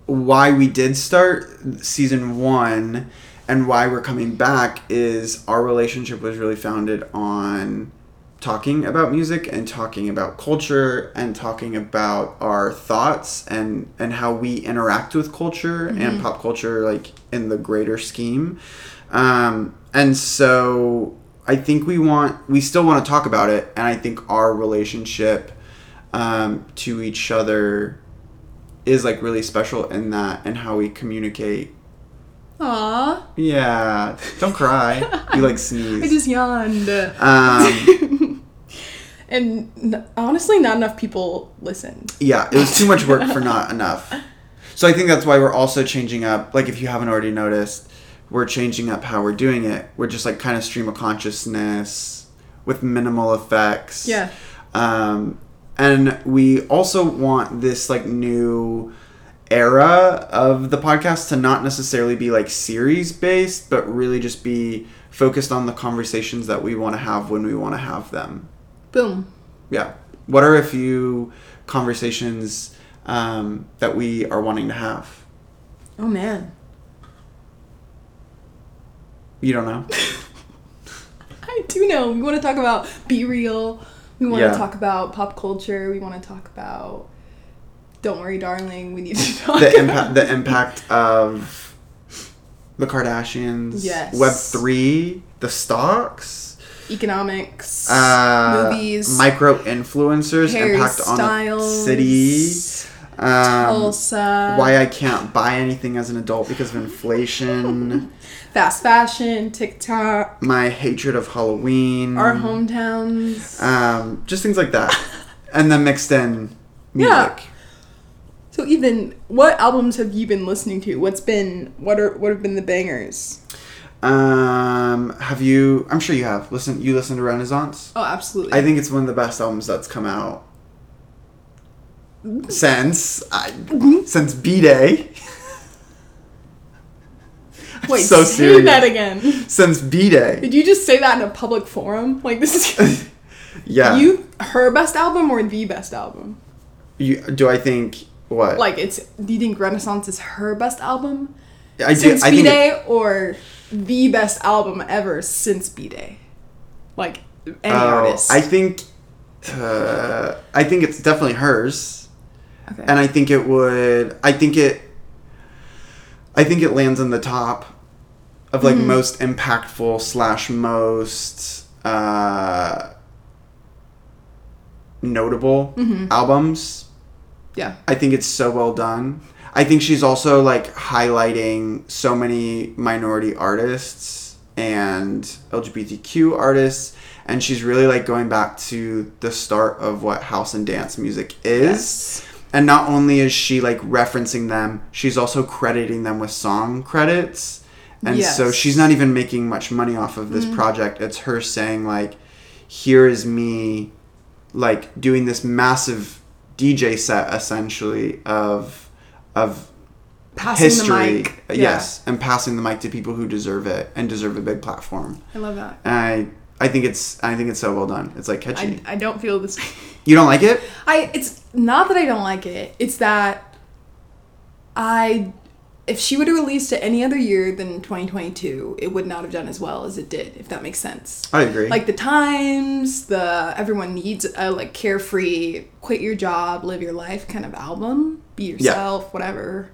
Speaker 2: why we did start season one and why we're coming back is our relationship was really founded on talking about music and talking about culture and talking about our thoughts and and how we interact with culture and pop culture like in the greater scheme um and so i think we want we still want to talk about it and i think our relationship um to each other is like really special in that and how we communicate
Speaker 1: Aww,
Speaker 2: yeah don't cry you like
Speaker 1: i
Speaker 2: sneeze
Speaker 1: just yawned
Speaker 2: um
Speaker 1: and n- honestly not enough people listened
Speaker 2: Yeah, it was too much work for not enough. So I think that's why we're also changing up. Like, if you haven't already noticed, we're changing up how we're doing it. We're just like kind of stream of consciousness with minimal effects.
Speaker 1: Yeah.
Speaker 2: Um, and we also want this like new era of the podcast to not necessarily be like series based, but really just be focused on the conversations that we want to have when we want to have them
Speaker 1: boom
Speaker 2: yeah what are a few conversations um, that we are wanting to have
Speaker 1: oh man
Speaker 2: you don't know
Speaker 1: i do know we want to talk about be real we want
Speaker 2: Yeah.
Speaker 1: to talk about pop culture we want to talk about don't worry darling we need to talk
Speaker 2: the impact the impact of the kardashians
Speaker 1: Yes.
Speaker 2: web 3 the stocks
Speaker 1: economics
Speaker 2: uh,
Speaker 1: movies
Speaker 2: micro influencers impact on the
Speaker 1: hairstyles,
Speaker 2: city um,
Speaker 1: Tulsa,
Speaker 2: why i can't buy anything as an adult because of inflation
Speaker 1: fast fashion tiktok
Speaker 2: my hatred of halloween
Speaker 1: our hometowns.
Speaker 2: um, just things like that, and then mixed in music.
Speaker 1: Yeah. so even what albums have you been listening to? What's been what are what have been the bangers?
Speaker 2: Um, have you? I'm sure you have. Listen, you listen to Renaissance.
Speaker 1: Oh, absolutely.
Speaker 2: I think it's one of the best albums that's come out
Speaker 1: Mm-hmm.
Speaker 2: since I, since B Day.
Speaker 1: Wait,
Speaker 2: so
Speaker 1: say
Speaker 2: serious.
Speaker 1: that again.
Speaker 2: Since B Day.
Speaker 1: Did you just say that in a public forum? Like this is
Speaker 2: Yeah.
Speaker 1: you her best album or the best album?
Speaker 2: You do I think What?
Speaker 1: Like it's do you think Renaissance is her best album
Speaker 2: I do.
Speaker 1: since
Speaker 2: I
Speaker 1: B
Speaker 2: think.
Speaker 1: Day or the best album ever since B Day? Like any
Speaker 2: oh,
Speaker 1: artist.
Speaker 2: I think. Uh, I think it's definitely hers,
Speaker 1: okay.
Speaker 2: and I think it would. I think it. I think it lands in the top of like most impactful slash most uh, notable albums.
Speaker 1: yeah.
Speaker 2: I think it's so well done. I think she's also like highlighting so many minority artists and LGBTQ artists and she's really like going back to the start of what house and dance music is. And not only is she like referencing them, she's also crediting them with song credits. And so
Speaker 1: Yes. Mm-hmm.
Speaker 2: she's not even making much money off of this project. It's her saying like here is me like doing this massive DJ set essentially of of
Speaker 1: Passing the
Speaker 2: history.
Speaker 1: mic.
Speaker 2: Yes, and passing the mic to people who deserve it and deserve a big platform.
Speaker 1: I love that.
Speaker 2: And I I think it's I think it's so well done. It's like catchy.
Speaker 1: I, I don't feel this
Speaker 2: you don't like it?
Speaker 1: I it's not that I don't like it. It's that I if she would have released it any other year than 2022, it would not have done as well as it did, if that makes sense.
Speaker 2: I agree.
Speaker 1: Like the times, the everyone needs a like carefree, quit your job, live your life kind of album. Be yourself, whatever.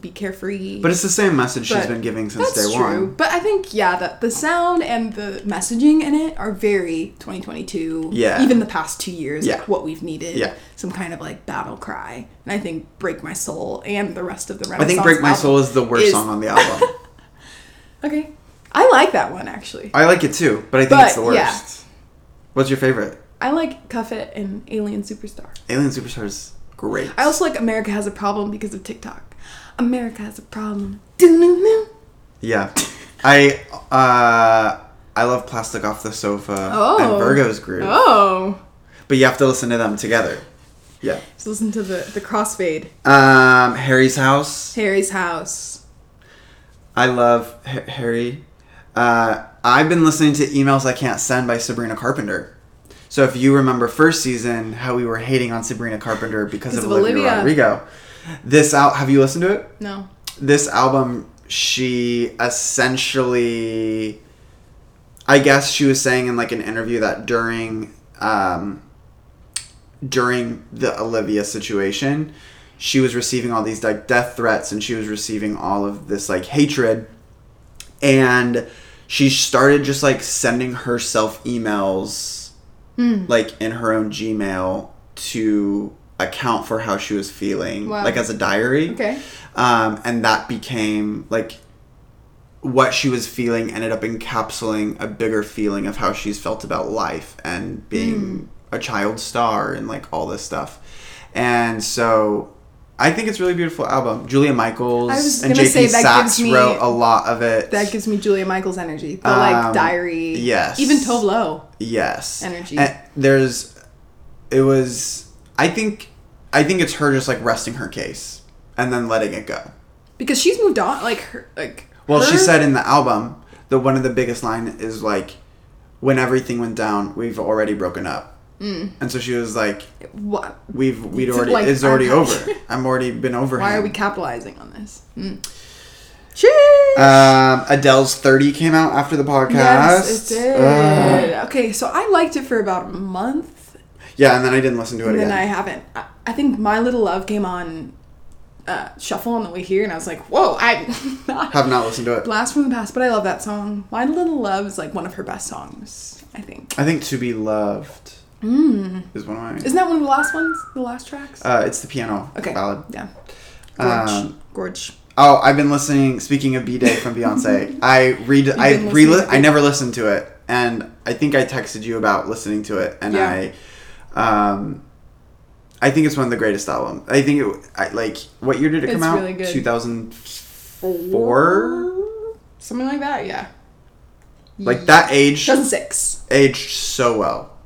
Speaker 1: Be carefree.
Speaker 2: but it's the same message she's
Speaker 1: But
Speaker 2: been giving since
Speaker 1: that's
Speaker 2: day
Speaker 1: true.
Speaker 2: one.
Speaker 1: But I think yeah, that the sound and the messaging in it are very 2022.
Speaker 2: Yeah.
Speaker 1: Even the past two years,
Speaker 2: Yeah.
Speaker 1: like what we've needed.
Speaker 2: Yeah.
Speaker 1: Some kind of like battle cry, and I think "Break My Soul" and the rest of the
Speaker 2: I
Speaker 1: Renaissance.
Speaker 2: think Break My
Speaker 1: album
Speaker 2: Soul is the worst
Speaker 1: is-
Speaker 2: song on the album.
Speaker 1: Okay, I like that one actually.
Speaker 2: I like it too, but I think it's the
Speaker 1: But,
Speaker 2: worst.
Speaker 1: yeah.
Speaker 2: What's your favorite?
Speaker 1: I like Cuff It and Alien Superstar.
Speaker 2: Alien Superstar is great.
Speaker 1: I also like America Has a Problem because of TikTok. America has a problem. Doo-doo-doo.
Speaker 2: Yeah. I uh I love Plastic Off the Sofa and
Speaker 1: Oh.
Speaker 2: Virgo's group.
Speaker 1: Oh,
Speaker 2: But you have to listen to them together. Yeah.
Speaker 1: just listen to the the crossfade.
Speaker 2: Um Harry's House.
Speaker 1: Terry's house.
Speaker 2: I love H- Harry. Uh I've been listening to Emails I Can't Send by Sabrina Carpenter. So if you remember first season how we were hating on Sabrina Carpenter because of,
Speaker 1: Because of
Speaker 2: Olivia,
Speaker 1: Olivia.
Speaker 2: Rodrigo. This out have you listened to it?
Speaker 1: No.
Speaker 2: this album she essentially i guess she was saying in like an interview that during um during the olivia situation she was receiving all these like death threats and she was receiving all of this like hatred and she started just like sending herself emails
Speaker 1: Hmm.
Speaker 2: like in her own gmail to account for how she was feeling
Speaker 1: Wow.
Speaker 2: like as a diary
Speaker 1: Okay.
Speaker 2: um, and that became like what she was feeling ended up encapsulating a bigger feeling of how she's felt about life and being
Speaker 1: Hmm.
Speaker 2: a child star and like all this stuff and so i think it's a really beautiful album julia michaels
Speaker 1: I was
Speaker 2: and
Speaker 1: gonna say
Speaker 2: jp
Speaker 1: that
Speaker 2: sachs
Speaker 1: gives me-
Speaker 2: wrote a lot of it
Speaker 1: That gives me Julia Michaels energy. The
Speaker 2: Um,
Speaker 1: like diary.
Speaker 2: yes.
Speaker 1: Even Tovlo.
Speaker 2: yes
Speaker 1: energy.
Speaker 2: and there's it was i think i think it's her just like resting her case and then letting it go
Speaker 1: Because she's moved on. Like her like
Speaker 2: Well, she
Speaker 1: her-
Speaker 2: said in the album the one of the biggest line is like, "When everything went down, we've already broken up," mm. and so she was like,
Speaker 1: What
Speaker 2: "We've we'd
Speaker 1: It's
Speaker 2: already
Speaker 1: like
Speaker 2: it's
Speaker 1: our
Speaker 2: already
Speaker 1: culture.
Speaker 2: over. I'm already been over."
Speaker 1: why are
Speaker 2: him."
Speaker 1: we capitalizing on this? Mm. Sheesh.
Speaker 2: Um, Adele's thirty came out after the podcast. Uh,
Speaker 1: Yes, it did.
Speaker 2: Ugh.
Speaker 1: Okay, so I liked it for about a month,
Speaker 2: yeah, and then I didn't listen to it
Speaker 1: and
Speaker 2: again.
Speaker 1: then I haven't. I, I think My Little Love came on uh, shuffle on the way here, and I was like, "Whoa, I'm not
Speaker 2: Have not listened to it.
Speaker 1: Blast from the Past," but I love that song. My Little Love is like one of her best songs, I Mm. think.
Speaker 2: I think "To Be Loved" is one of my.
Speaker 1: Isn't that one of the last ones? The last tracks?
Speaker 2: uh, it's the piano
Speaker 1: Okay.
Speaker 2: ballad.
Speaker 1: Yeah. Gorge.
Speaker 2: Um,
Speaker 1: Gorge.
Speaker 2: Oh, I've been listening. Speaking of B Day from Beyonce, I read. I
Speaker 1: been
Speaker 2: re.
Speaker 1: listening to
Speaker 2: I never listened to it, and I think I texted you about listening to it, and
Speaker 1: Yeah.
Speaker 2: I, um, I think it's one of the greatest album. I think it. I, like what year did it come
Speaker 1: It's
Speaker 2: out?
Speaker 1: really good.
Speaker 2: Two thousand four.
Speaker 1: Something like that, yeah.
Speaker 2: Like that age
Speaker 1: 2006.
Speaker 2: aged so well,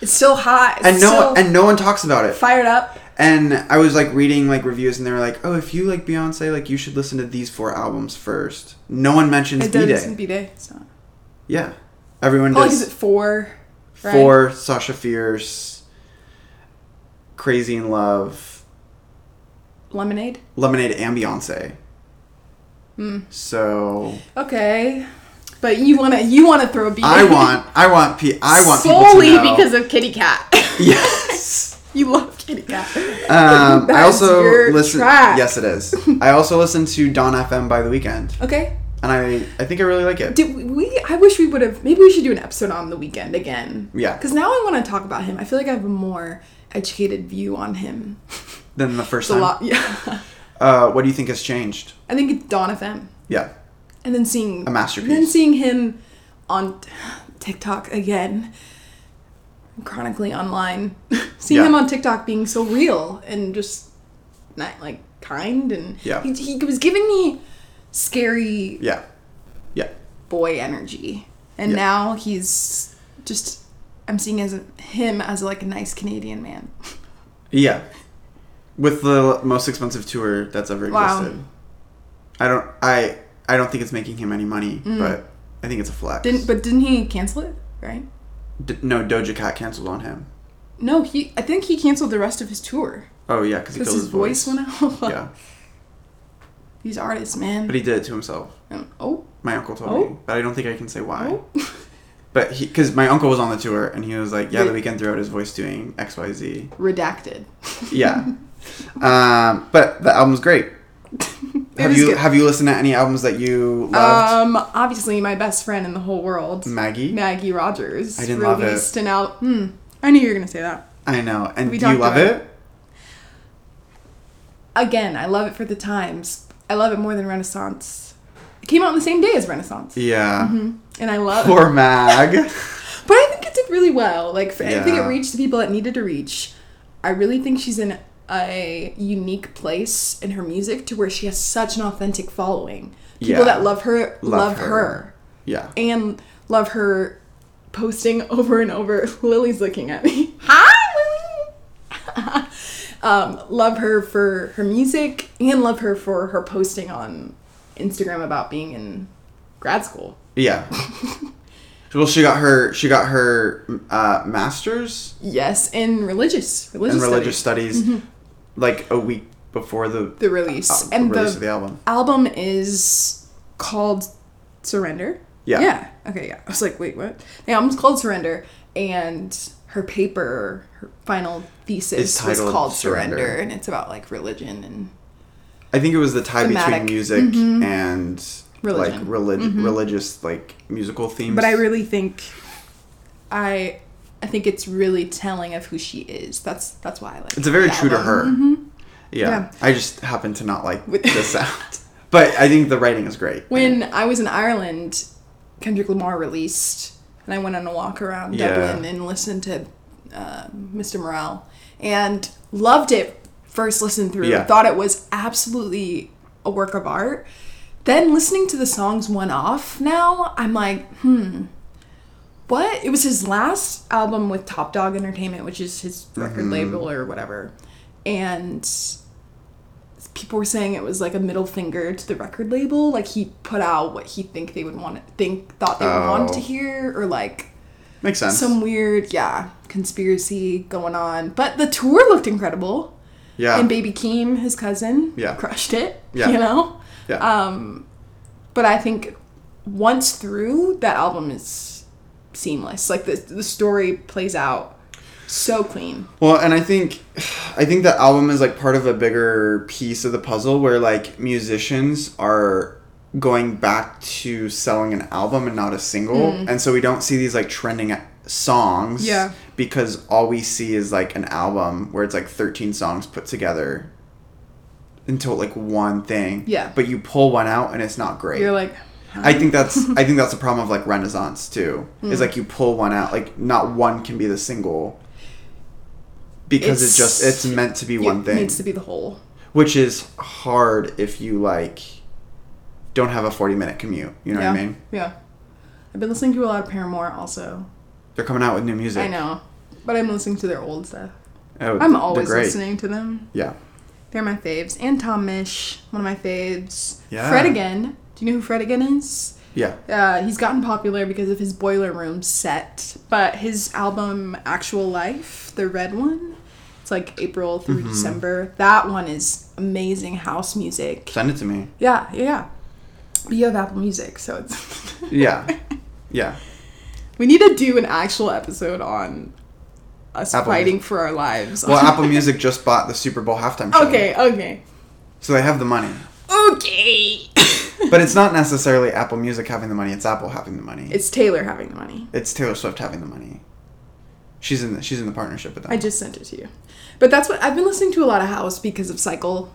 Speaker 1: It's still hot. It's
Speaker 2: and no
Speaker 1: still
Speaker 2: and no one talks about it.
Speaker 1: fired up.
Speaker 2: And I was like reading like reviews, and they were like, "Oh, if you like Beyonce, like you should listen to these four albums first. No one mentions
Speaker 1: It
Speaker 2: B
Speaker 1: does not
Speaker 2: Day.
Speaker 1: B day. It's not.
Speaker 2: Yeah, everyone
Speaker 1: Oh, like,
Speaker 2: does.
Speaker 1: is it four? right?
Speaker 2: Four, Sasha Fierce, Crazy in Love,
Speaker 1: Lemonade.
Speaker 2: Lemonade and Beyonce.
Speaker 1: Hmm.
Speaker 2: So
Speaker 1: Okay, but you wanna you wanna throw beer.
Speaker 2: I want I want pe- I want
Speaker 1: solely
Speaker 2: people to know.
Speaker 1: because of Kitty Cat.
Speaker 2: yes.
Speaker 1: you love Kitty Cat.
Speaker 2: Um, I
Speaker 1: That's
Speaker 2: also
Speaker 1: your
Speaker 2: listen.
Speaker 1: track.
Speaker 2: Yes, it is. I also listen to Don FM by the weekend,
Speaker 1: Okay.
Speaker 2: and I I think I really like it.
Speaker 1: Did we? I wish we would have. Maybe we should do an episode on the weekend again.
Speaker 2: Yeah.
Speaker 1: Because now I want to talk about him. I feel like I have a more educated view on him.
Speaker 2: Than the first
Speaker 1: It's a
Speaker 2: time.
Speaker 1: lot. Yeah.
Speaker 2: Uh, what do you think has changed?
Speaker 1: I think it's Don FM,
Speaker 2: Yeah.
Speaker 1: and then seeing
Speaker 2: A masterpiece.
Speaker 1: Then seeing him on TikTok again, chronically online. seeing
Speaker 2: Yeah.
Speaker 1: him on TikTok being so real and just not like kind and
Speaker 2: Yeah.
Speaker 1: he, he was giving me scary
Speaker 2: Yeah. Yeah.
Speaker 1: boy energy. And
Speaker 2: Yeah.
Speaker 1: now he's just I'm seeing as him as like a nice Canadian man.
Speaker 2: Yeah. With the most expensive tour that's ever
Speaker 1: Wow.
Speaker 2: existed. I don't I I don't think it's making him any money, but I think it's a flex.
Speaker 1: Mm. Didn't but didn't he cancel it, right?
Speaker 2: D- no Doja Cat canceled on him.
Speaker 1: No, he I think he canceled the rest of his tour
Speaker 2: Oh yeah, cuz he
Speaker 1: cuz
Speaker 2: killed
Speaker 1: his,
Speaker 2: his,
Speaker 1: voice went out.
Speaker 2: Yeah.
Speaker 1: These artists, man.
Speaker 2: But he did it to himself.
Speaker 1: Um, oh,
Speaker 2: My uncle told me,
Speaker 1: Oh.
Speaker 2: but I don't think I can say why.
Speaker 1: oh.
Speaker 2: But he cuz my uncle was on the tour and he was like, "Yeah, the
Speaker 1: Wait.
Speaker 2: weekend threw out his voice doing XYZ."
Speaker 1: redacted.
Speaker 2: Yeah. um, but the album's great.
Speaker 1: It
Speaker 2: have
Speaker 1: was
Speaker 2: you
Speaker 1: good.
Speaker 2: have you listened to any albums that you
Speaker 1: um
Speaker 2: loved?
Speaker 1: obviously my best friend in the whole world,
Speaker 2: Maggie?
Speaker 1: Maggie Rogers
Speaker 2: I didn't love it.
Speaker 1: released an album. Hmm, I knew you were going to say that.
Speaker 2: I know. And
Speaker 1: We
Speaker 2: do you
Speaker 1: talked
Speaker 2: love
Speaker 1: about
Speaker 2: it?
Speaker 1: again, I love it for the times. I love it more than Renaissance. It came out on the same day as Renaissance,
Speaker 2: Yeah.
Speaker 1: Mm-hmm. and I love. it.
Speaker 2: Poor Mag.
Speaker 1: But I think it did really well. Like for, I think it
Speaker 2: Yeah.
Speaker 1: reached the people it needed to reach. I really think she's in a unique place in her music to where she has such an authentic following. People
Speaker 2: Yeah.
Speaker 1: that love her love, her.
Speaker 2: Yeah.
Speaker 1: and love her posting over and over. Lily's looking at me. Hi, Lily. um, love her for her music and love her for her posting on Instagram about being in grad school.
Speaker 2: Yeah. well, she got her she got her uh, masters
Speaker 1: Yes, in religious religious,
Speaker 2: in religious
Speaker 1: studies, Mm-hmm.
Speaker 2: studies like a week before the,
Speaker 1: the release
Speaker 2: al-
Speaker 1: and
Speaker 2: release
Speaker 1: the,
Speaker 2: of the album.
Speaker 1: album is called Surrender.
Speaker 2: Yeah.
Speaker 1: Yeah. Okay. Yeah. I was like, wait, what? The album's called Surrender, and her paper, her final
Speaker 2: It's
Speaker 1: thesis, was
Speaker 2: titled
Speaker 1: called
Speaker 2: Surrender.
Speaker 1: Surrender. and it's about like religion and
Speaker 2: I think it was the tie between
Speaker 1: Thematic. Mm-hmm.
Speaker 2: music and like
Speaker 1: Religion. Mm-hmm.
Speaker 2: relig- religious like musical themes.
Speaker 1: But I really think, I, I think it's really telling of who she is. That's that's why I like.
Speaker 2: it's a very
Speaker 1: the
Speaker 2: true to
Speaker 1: album.
Speaker 2: her. Yeah.
Speaker 1: Yeah.
Speaker 2: I just happen to not like
Speaker 1: With-
Speaker 2: the sound, but I think the writing is great.
Speaker 1: When I was in Ireland, Kendrick Lamar released, and I went on a walk around
Speaker 2: Yeah.
Speaker 1: Dublin and listened to uh, Mr. Morale and loved it first listen through.
Speaker 2: Yeah.
Speaker 1: Thought it was absolutely a work of art. Then listening to the songs one off now, I'm like, hmm, what? It was his last album with Top Dog Entertainment, which is his record
Speaker 2: Mm-hmm.
Speaker 1: label or whatever. And people were saying it was like a middle finger to the record label. Like he put out what he think they would want, think thought they would want
Speaker 2: Oh.
Speaker 1: to hear, or like
Speaker 2: Makes sense.
Speaker 1: some weird, yeah, conspiracy going on. But the tour looked incredible,
Speaker 2: yeah.
Speaker 1: and Baby Keem, his cousin,
Speaker 2: Yeah.
Speaker 1: crushed it.
Speaker 2: Yeah.
Speaker 1: you know.
Speaker 2: yeah.
Speaker 1: Um, but I think once through, that album is seamless. Like the the story plays out so clean.
Speaker 2: Well, and I think I think the album is like part of a bigger piece of the puzzle where like musicians are going back to selling an album and not a single. And so we don't see these like trending songs
Speaker 1: Mm. Yeah.
Speaker 2: because all we see is like an album where it's like 13 songs put together until like one thing.
Speaker 1: Yeah.
Speaker 2: But you pull one out and it's not great.
Speaker 1: You're like,
Speaker 2: I think that's I think that's a problem of like Renaissance too. Is like you pull one out, like not one can be the single because
Speaker 1: It's-
Speaker 2: it just it's meant to be one
Speaker 1: it
Speaker 2: thing,
Speaker 1: needs to be the whole.
Speaker 2: which is hard if you like don't have a forty minute commute. You know
Speaker 1: yeah.
Speaker 2: what I mean?
Speaker 1: Yeah. I've been listening to a lot of Paramore also.
Speaker 2: They're coming out with new music.
Speaker 1: I know. But I'm listening to their old stuff.
Speaker 2: Oh,
Speaker 1: I'm
Speaker 2: they're
Speaker 1: always
Speaker 2: great.
Speaker 1: listening to them.
Speaker 2: Yeah,
Speaker 1: They're my faves. And Tom Mish, one of my faves.
Speaker 2: Yeah.
Speaker 1: Fred again. Do you know who Fred again is?
Speaker 2: yeah,
Speaker 1: Uh, he's gotten popular because of his Boiler Room set, but his album Actual Life, the red one, It's like April through
Speaker 2: Mm-hmm.
Speaker 1: December. That one is amazing house music.
Speaker 2: Send it to me.
Speaker 1: Yeah, yeah, yeah. But you have Apple Music, so it's.
Speaker 2: Yeah. Yeah.
Speaker 1: we need to do an actual episode on us
Speaker 2: Apple
Speaker 1: fighting
Speaker 2: Music.
Speaker 1: for our lives.
Speaker 2: Well, Apple Music just bought the Super Bowl halftime show.
Speaker 1: okay, okay,
Speaker 2: So they have the money.
Speaker 1: okay.
Speaker 2: But it's not necessarily Apple Music having the money, it's Apple having the money.
Speaker 1: it's Taylor having the money.
Speaker 2: It's Taylor Swift having the money. She's in the she's in the partnership with them.
Speaker 1: I just sent it to you. But that's what I've been listening to a lot of house because of Cycle.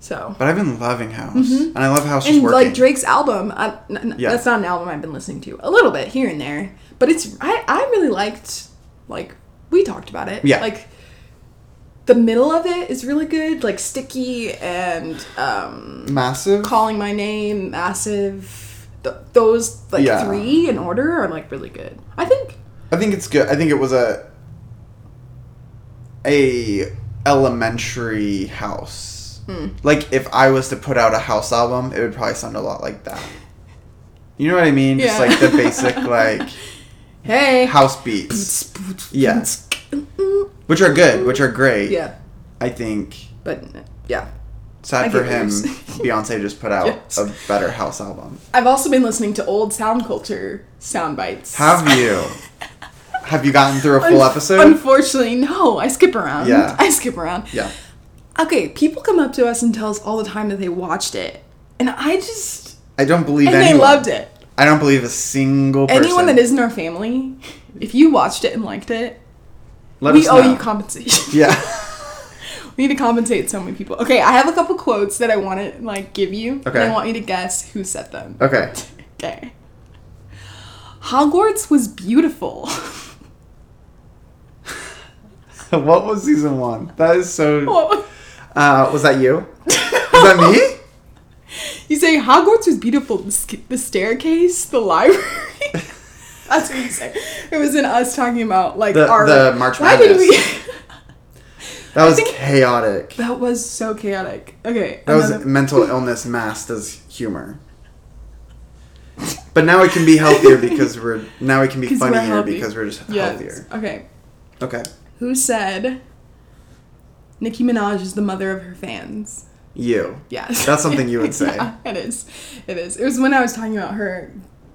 Speaker 1: So
Speaker 2: but I've been loving House. And I love House
Speaker 1: Mm-hmm. and
Speaker 2: just working.
Speaker 1: like Drake's album, I, n- n-
Speaker 2: Yeah.
Speaker 1: that's not an album I've been listening to a little bit here and there, but it's I I really liked like we talked about it.
Speaker 2: Yeah.
Speaker 1: Like the middle of it is really good, like sticky and um,
Speaker 2: Massive.
Speaker 1: calling my name, massive. Th- those like
Speaker 2: Yeah.
Speaker 1: three in order are like really good. I think
Speaker 2: I think it's good. I think it was a a elementary house.
Speaker 1: Hmm.
Speaker 2: Like if I was to put out a house album, it would probably sound a lot like that. You know what I mean? Just
Speaker 1: Yeah.
Speaker 2: like the basic like
Speaker 1: hey,
Speaker 2: house beats, Yeah.
Speaker 1: Mm,
Speaker 2: which are good, which are great.
Speaker 1: yeah,
Speaker 2: I think
Speaker 1: but yeah.
Speaker 2: sad
Speaker 1: I
Speaker 2: for
Speaker 1: get what
Speaker 2: him.
Speaker 1: you're saying.
Speaker 2: Beyonce just put out
Speaker 1: Yes.
Speaker 2: a better house album.
Speaker 1: I've also been listening to old Sound Culture sound bites.
Speaker 2: Have you? Have you gotten through a
Speaker 1: Un-
Speaker 2: full episode?
Speaker 1: Unfortunately, no. I skip around.
Speaker 2: Yeah.
Speaker 1: I skip around.
Speaker 2: yeah.
Speaker 1: Okay, people come up to us and tell us all the time that they watched it, and I just
Speaker 2: I don't believe
Speaker 1: and
Speaker 2: anyone.
Speaker 1: they loved it.
Speaker 2: I don't believe a single person.
Speaker 1: Anyone that isn't our family, if you watched it and liked it,
Speaker 2: Let
Speaker 1: we
Speaker 2: us
Speaker 1: owe
Speaker 2: know.
Speaker 1: you compensation.
Speaker 2: yeah.
Speaker 1: we need to compensate so many people. Okay, I have a couple quotes that I want to like give you. and
Speaker 2: Okay.
Speaker 1: I want you to guess who said them.
Speaker 2: Okay.
Speaker 1: Okay. Hogwarts was beautiful.
Speaker 2: What was season one? That is so.
Speaker 1: What-
Speaker 2: Uh, was that you? Was that me?
Speaker 1: You say Hogwarts was beautiful. The, sk- the staircase, the library. That's what you say. It was in us talking about like
Speaker 2: The-
Speaker 1: our
Speaker 2: the March
Speaker 1: Why did we?
Speaker 2: Madness. That was
Speaker 1: think-
Speaker 2: chaotic.
Speaker 1: that was so chaotic. Okay.
Speaker 2: That was
Speaker 1: another-
Speaker 2: mental illness masked as humor. But now it can be healthier because we're now it can be
Speaker 1: 'Cause we're
Speaker 2: funnier
Speaker 1: healthy.
Speaker 2: because we're just
Speaker 1: Yes.
Speaker 2: healthier.
Speaker 1: Okay.
Speaker 2: Okay.
Speaker 1: Who said Nicki Minaj is the mother of her fans?
Speaker 2: You.
Speaker 1: Yes.
Speaker 2: That's something you would say.
Speaker 1: Yeah, it is. It is. It was when I was talking about her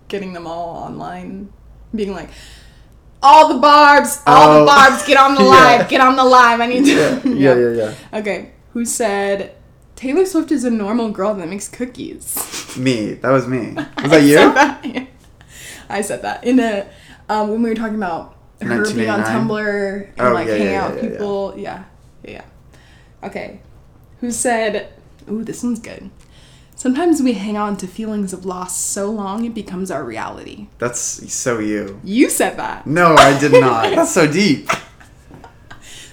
Speaker 1: getting them all online, being like, all the barbs, all
Speaker 2: Oh.
Speaker 1: the barbs, get on the
Speaker 2: Yeah.
Speaker 1: live, get on the live. I need to.
Speaker 2: Yeah. Yeah. Yeah. Yeah.
Speaker 1: Okay, who said Taylor Swift is a normal girl that makes cookies?
Speaker 2: Me. That was me. Was
Speaker 1: I
Speaker 2: that you?
Speaker 1: Said that. yeah. I said that in a um, when we were talking about her being on
Speaker 2: 1989?
Speaker 1: Tumblr and
Speaker 2: Oh,
Speaker 1: like
Speaker 2: yeah, yeah,
Speaker 1: hanging
Speaker 2: yeah,
Speaker 1: out with
Speaker 2: yeah, yeah.
Speaker 1: people. Yeah. yeah, yeah. Okay, who said? Ooh, this one's good. Sometimes we hang on to feelings of loss so long it becomes our reality.
Speaker 2: That's so you.
Speaker 1: You said that.
Speaker 2: No, I did not. That's so deep.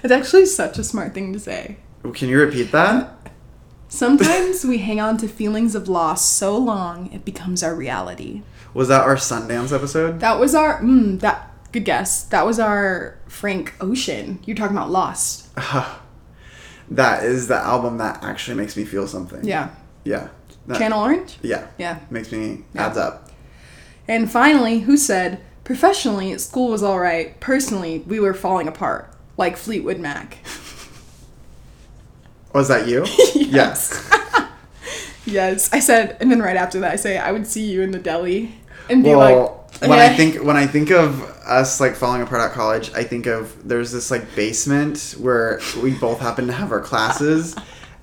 Speaker 1: It's actually such a smart thing to say.
Speaker 2: Can you repeat that?
Speaker 1: Sometimes we hang on to feelings of loss so long it becomes our reality.
Speaker 2: Was that our Sundance episode?
Speaker 1: That was our mm, that good guess. That was our Frank Ocean. You're talking about Lost.
Speaker 2: Uh-huh. That is the album that actually makes me feel something.
Speaker 1: Yeah.
Speaker 2: Yeah. That-
Speaker 1: Channel Orange?
Speaker 2: Yeah.
Speaker 1: Yeah.
Speaker 2: Makes me adds up.
Speaker 1: And finally, who said, "Professionally, school was all right. Personally, we were falling apart." Like Fleetwood Mac.
Speaker 2: Was Oh, that you?
Speaker 1: Yes. yes, I said, and then right after that, I say, "I would see you in the deli," and be
Speaker 2: Well,
Speaker 1: like,
Speaker 2: when I
Speaker 1: "Okay."
Speaker 2: think when I think of us like falling apart at college, I think of there's this like basement where we both happen to have our classes.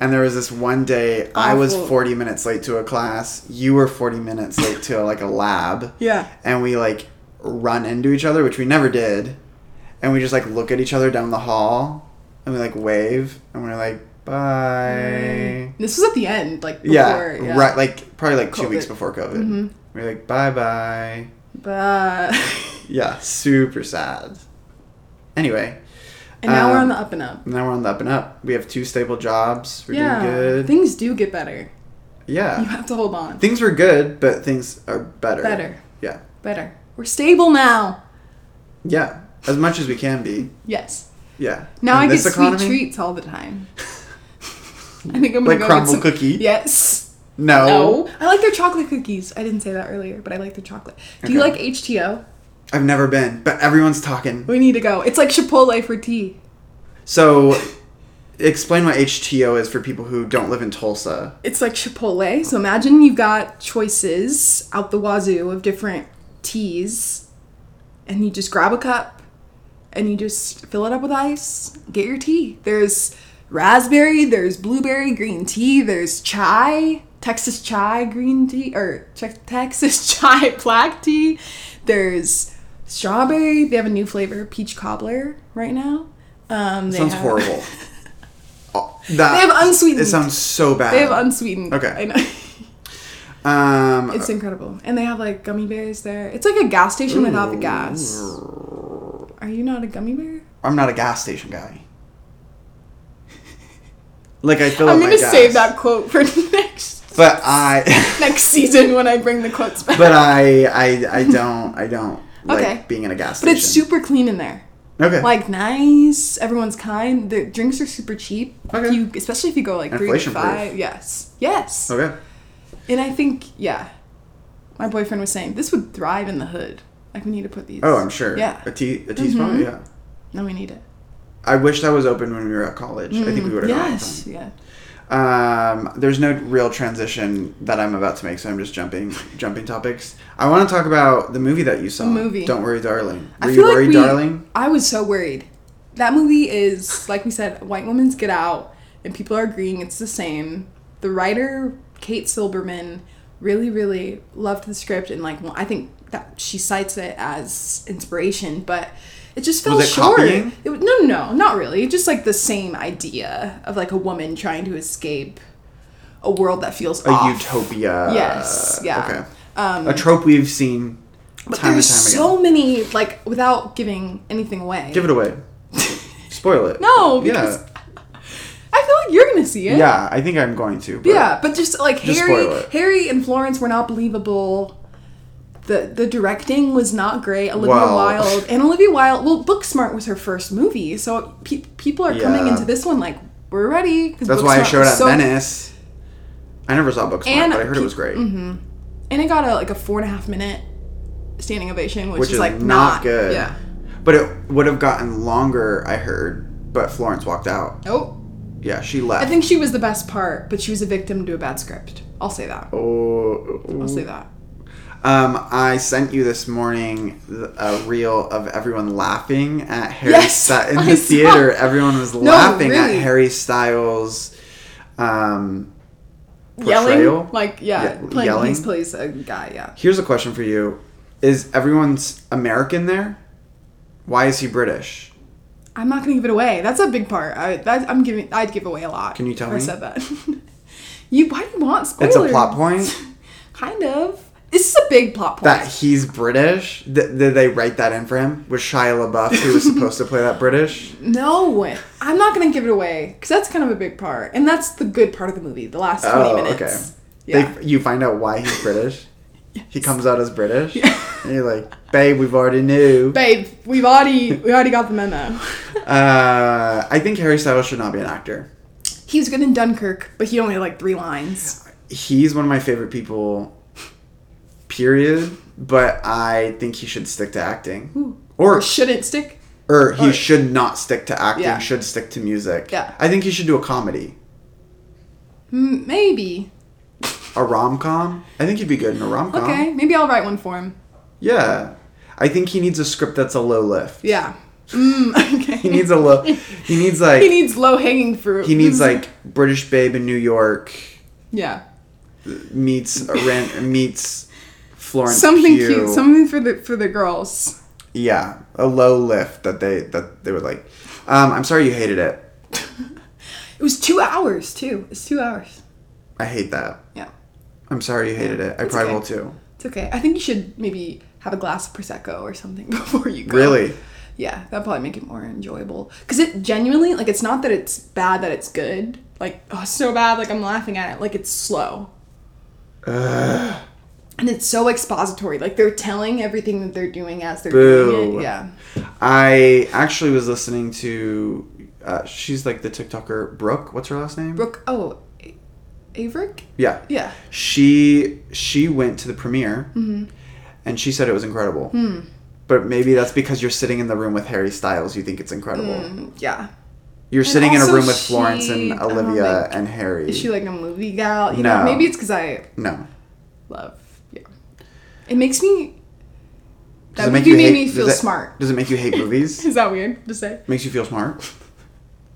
Speaker 2: And there was this one day I was
Speaker 1: Awful.
Speaker 2: 40 minutes late to a class. You were 40 minutes late to like a lab.
Speaker 1: Yeah.
Speaker 2: And we like run into each other, which we never did. And we just like look at each other down the hall and we like wave and we're like, bye.
Speaker 1: This was at the end, like before.
Speaker 2: yeah, Right. Like probably like two
Speaker 1: COVID. Mm-hmm.
Speaker 2: weeks before COVID. We We're like, bye bye.
Speaker 1: But
Speaker 2: Yeah, super sad. Anyway,
Speaker 1: and now we're
Speaker 2: Um,
Speaker 1: on the up and up.
Speaker 2: now we're on the up and up. We have two stable jobs. We're
Speaker 1: Yeah,
Speaker 2: doing good. Uh,
Speaker 1: things do get better. You
Speaker 2: yeah.
Speaker 1: have to hold on.
Speaker 2: Things were good, but things are better.
Speaker 1: Better.
Speaker 2: Yeah.
Speaker 1: Better. We're stable now.
Speaker 2: Yeah. As much as we can be.
Speaker 1: Yes.
Speaker 2: Yeah.
Speaker 1: Now
Speaker 2: In
Speaker 1: I
Speaker 2: this
Speaker 1: get
Speaker 2: economy?
Speaker 1: sweet treats all the time. I think I'm gonna
Speaker 2: Like
Speaker 1: go
Speaker 2: crumble
Speaker 1: get some-
Speaker 2: cookie? Oh.
Speaker 1: Yes.
Speaker 2: No.
Speaker 1: No. I like their chocolate cookies. I didn't say that earlier, but I like their chocolate. Do you
Speaker 2: Okay.
Speaker 1: like HTO?
Speaker 2: I've never been, but everyone's talking.
Speaker 1: We need to go. It's like Chipotle for tea.
Speaker 2: So, explain what HTO is for people who don't live in Tulsa.
Speaker 1: It's like Chipotle. So imagine you've got choices out the wazoo of different teas, and you just grab a cup and you just fill it up with ice, get your tea. There's raspberry, there's blueberry green tea, there's chai, Texas chai green tea, or Tex- Texas chai black tea, there's strawberry. They have a new flavor, peach cobbler, right now. Um, they
Speaker 2: sounds
Speaker 1: have-
Speaker 2: horrible. Oh, that,
Speaker 1: They have unsweetened.
Speaker 2: It sounds so bad.
Speaker 1: They have unsweetened.
Speaker 2: Uh, Okay.
Speaker 1: I know.
Speaker 2: um,
Speaker 1: It's incredible. And they have like gummy bears there. It's like a gas station without the gas. Are you not a gummy bear?
Speaker 2: I'm not a gas station guy. Like I feel.
Speaker 1: I'm
Speaker 2: up
Speaker 1: gonna
Speaker 2: Oh my gas,
Speaker 1: save that quote for next
Speaker 2: But I,
Speaker 1: next season when I bring the quotes back.
Speaker 2: but uh, I, I, I don't, I don't like
Speaker 1: Okay.
Speaker 2: being in a gas
Speaker 1: But
Speaker 2: station.
Speaker 1: it's super clean in there.
Speaker 2: okay.
Speaker 1: Like nice, everyone's kind. The drinks are super cheap.
Speaker 2: Okay.
Speaker 1: You especially if you go like three to
Speaker 2: Inflation proof.
Speaker 1: five. Yes. Yes.
Speaker 2: okay.
Speaker 1: And I think yeah. My boyfriend was saying this would thrive in the hood. Like we need to put these.
Speaker 2: Oh, I'm sure.
Speaker 1: Yeah.
Speaker 2: A tea, a teaspoon.
Speaker 1: Mhm.
Speaker 2: Yeah.
Speaker 1: No, we need it. Mm.
Speaker 2: I wish that was open when we were at college. I think we would have.
Speaker 1: Yes. Yeah.
Speaker 2: Um, there's no real transition that I'm about to make, so I'm just jumping jumping topics. I want to talk about the movie that you saw.
Speaker 1: movie.
Speaker 2: Don't worry, darling.
Speaker 1: I
Speaker 2: Were you
Speaker 1: feel like
Speaker 2: worried,
Speaker 1: we-
Speaker 2: darling?
Speaker 1: I was so worried. That movie is, like we said, white women's get out, and people are agreeing it's the same. The writer, Kate Silberman, really, really loved the script, and like, well, I think that she cites it as inspiration, but it just fell
Speaker 2: Was it
Speaker 1: short.
Speaker 2: copying?
Speaker 1: It, was- no, no, no, not really. Just like the same idea of like a woman trying to escape a world that feels
Speaker 2: A
Speaker 1: off.
Speaker 2: utopia.
Speaker 1: Yes, yeah.
Speaker 2: Okay.
Speaker 1: Um,
Speaker 2: a trope we've seen
Speaker 1: But
Speaker 2: time and time
Speaker 1: there's so
Speaker 2: again.
Speaker 1: many, like, without giving anything away.
Speaker 2: Give it away. Spoil it.
Speaker 1: No,
Speaker 2: Yeah.
Speaker 1: because I feel like you're gonna see it.
Speaker 2: Yeah, I think I'm going to. but-
Speaker 1: Yeah, but just like
Speaker 2: Just
Speaker 1: Harry,
Speaker 2: spoil it.
Speaker 1: Harry and Florence were not believable. The the directing was not great. Olivia
Speaker 2: Wow.
Speaker 1: Wilde and Olivia Wilde. Well, Booksmart was her first movie, so pe- people are coming
Speaker 2: Yeah.
Speaker 1: into this one like we're ready. 'cause
Speaker 2: That's why I
Speaker 1: Booksmart
Speaker 2: showed
Speaker 1: was
Speaker 2: at
Speaker 1: so-
Speaker 2: Venice. I never saw Booksmart,
Speaker 1: And
Speaker 2: but I heard
Speaker 1: pe-
Speaker 2: it
Speaker 1: mm-hmm.
Speaker 2: was great.
Speaker 1: and it got a like a four and a half minute standing ovation, which,
Speaker 2: which
Speaker 1: is,
Speaker 2: is
Speaker 1: like
Speaker 2: not, good.
Speaker 1: Yeah.
Speaker 2: But it would have gotten longer, I heard. But Florence walked out.
Speaker 1: Oh,
Speaker 2: Yeah, she left.
Speaker 1: I think she was the best part, but she was a victim to a bad script. I'll say that.
Speaker 2: Oh,
Speaker 1: I'll say that.
Speaker 2: um, I sent you this morning th- a reel of everyone laughing at Harry.
Speaker 1: Yes,
Speaker 2: Sti- in
Speaker 1: I
Speaker 2: the
Speaker 1: saw.
Speaker 2: theater, everyone was laughing at
Speaker 1: really.
Speaker 2: Harry Styles. Um, portrayal.
Speaker 1: Yelling, like yeah,
Speaker 2: Ye-
Speaker 1: playing,
Speaker 2: yelling.
Speaker 1: He plays a uh, guy. Yeah.
Speaker 2: Here's a question for you: Is everyone's American there? Why is he British?
Speaker 1: I'm not gonna give it away. That's a big part. I, that, I'm giving. I'd give away a lot.
Speaker 2: Can you tell
Speaker 1: if
Speaker 2: me?
Speaker 1: I said that. you. Why do you want spoilers?
Speaker 2: It's a plot point
Speaker 1: kind of. This is a big plot point.
Speaker 2: that he's British. Th- did they write that in for him? Was Shia LaBeouf who was supposed to play that British?
Speaker 1: no, I'm not gonna give it away because that's kind of a big part, and that's the good part of the movie. The last 20
Speaker 2: Oh,
Speaker 1: minutes.
Speaker 2: okay.
Speaker 1: Yeah.
Speaker 2: They, you find out why he's British. He comes out as British.
Speaker 1: Yeah.
Speaker 2: And you're like, babe, we've already knew.
Speaker 1: Babe, we've already we already got the memo.
Speaker 2: Uh, I think Harry Styles should not be an actor.
Speaker 1: he was good in Dunkirk, but he only had like three lines.
Speaker 2: He's one of my favorite people, period. But I think he should stick to acting.
Speaker 1: Or
Speaker 2: Or,
Speaker 1: shouldn't stick.
Speaker 2: or he
Speaker 1: or-
Speaker 2: should not stick to acting,
Speaker 1: Yeah.
Speaker 2: should stick to music.
Speaker 1: Yeah.
Speaker 2: I think he should do a comedy.
Speaker 1: Mm, Maybe.
Speaker 2: A rom com? I think he'd be good in a rom com.
Speaker 1: Okay. Maybe I'll write one for him.
Speaker 2: Yeah. I think he needs a script that's a low lift.
Speaker 1: Yeah. Mm, okay.
Speaker 2: He needs a low. He needs like.
Speaker 1: he needs low hanging fruit.
Speaker 2: He needs like British Babe in New York
Speaker 1: yeah,
Speaker 2: meets Iran, meets Florence
Speaker 1: something
Speaker 2: Pugh.
Speaker 1: cute, something for the for the girls.
Speaker 2: yeah, a low lift that they that they would like. Um, I'm sorry you hated it.
Speaker 1: It was two hours too. It's two hours.
Speaker 2: I hate that.
Speaker 1: Yeah,
Speaker 2: I'm sorry you hated it. I
Speaker 1: It's okay.
Speaker 2: probably will too.
Speaker 1: it's okay. I think you should maybe have a glass of prosecco or something before you go.
Speaker 2: Really?
Speaker 1: Yeah, that'd probably make it more enjoyable. Cause it genuinely like it's not that it's bad that it's good. Like oh it's so bad like I'm laughing at it. Like it's slow. And it's so expository. Like they're telling everything that they're doing as they're doing
Speaker 2: Boo.
Speaker 1: it. Yeah.
Speaker 2: I actually was listening to. Uh, she's like the TikToker Brooke. What's her last name?
Speaker 1: Brooke. Oh, A- Averick.
Speaker 2: Yeah.
Speaker 1: Yeah.
Speaker 2: She she went to the premiere,
Speaker 1: Mm-hmm.
Speaker 2: and she said it was incredible.
Speaker 1: Hmm.
Speaker 2: But maybe that's because you're sitting in the room with Harry Styles. You think it's incredible.
Speaker 1: Mm, yeah.
Speaker 2: You're
Speaker 1: Hmm. And
Speaker 2: sitting in a
Speaker 1: also
Speaker 2: room with Florence
Speaker 1: she-
Speaker 2: and
Speaker 1: I don't
Speaker 2: Olivia
Speaker 1: think-
Speaker 2: and Harry.
Speaker 1: Is she like a movie gal? You know,
Speaker 2: No.
Speaker 1: maybe it's because I
Speaker 2: no.
Speaker 1: love. Yeah, it makes me.
Speaker 2: Does
Speaker 1: That
Speaker 2: it make
Speaker 1: movie
Speaker 2: you
Speaker 1: made
Speaker 2: hate-
Speaker 1: me
Speaker 2: does
Speaker 1: feel
Speaker 2: that-
Speaker 1: smart.
Speaker 2: Does it make you hate movies?
Speaker 1: Is that weird to say?
Speaker 2: Makes you feel smart.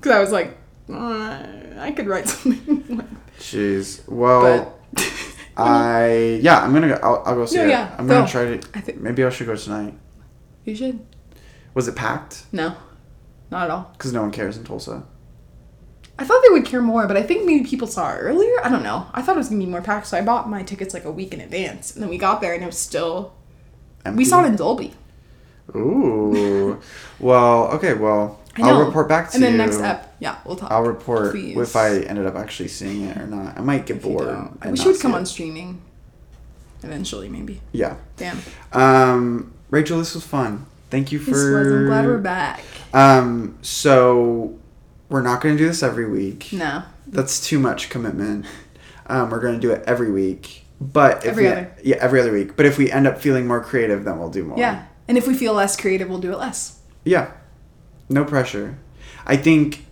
Speaker 1: Because I was like, uh, I could write something. like
Speaker 2: Jeez. um, Well,
Speaker 1: But
Speaker 2: Oh, I yeah. I'm gonna. Go, I'll, I'll go see
Speaker 1: No,
Speaker 2: it.
Speaker 1: yeah,
Speaker 2: I'm gonna
Speaker 1: go.
Speaker 2: try to.
Speaker 1: I think-
Speaker 2: maybe I should go tonight.
Speaker 1: you should.
Speaker 2: Was it packed?
Speaker 1: No, not at all.
Speaker 2: Because no one cares in Tulsa.
Speaker 1: I thought they would care more, but I think maybe people saw it earlier. I don't know. I thought it was gonna be more packed, so I bought my tickets like a week in advance, and then we got there and it was still. We saw it in Dolby.
Speaker 2: Ooh. well. Okay. Well,
Speaker 1: I know.
Speaker 2: I'll report back to
Speaker 1: And
Speaker 2: you.
Speaker 1: then next up, yeah, we'll talk.
Speaker 2: I'll report
Speaker 1: Please.
Speaker 2: if I ended up actually seeing it or not. I might get
Speaker 1: If you
Speaker 2: bored.
Speaker 1: don't.
Speaker 2: and
Speaker 1: We
Speaker 2: not
Speaker 1: should
Speaker 2: see
Speaker 1: come
Speaker 2: it.
Speaker 1: on streaming. Eventually, maybe.
Speaker 2: Yeah.
Speaker 1: Damn.
Speaker 2: Um, Rachel, this was fun. Thank you for.
Speaker 1: This was. I'm glad we're back.
Speaker 2: Um, so we're not going to do this every week.
Speaker 1: No.
Speaker 2: That's too much commitment. Um, we're going to do it every week. But if
Speaker 1: Every
Speaker 2: we,
Speaker 1: other.
Speaker 2: yeah, every other week. But if we end up feeling more creative, then we'll do more.
Speaker 1: Yeah. And if we feel less creative, we'll do it less.
Speaker 2: Yeah. No pressure. I think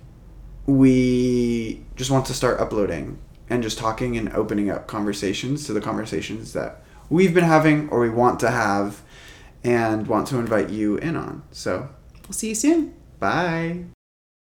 Speaker 2: we just want to start uploading and just talking and opening up conversations to the conversations that we've been having or we want to have and want to invite you in on. So,
Speaker 1: We'll see you soon.
Speaker 2: bye.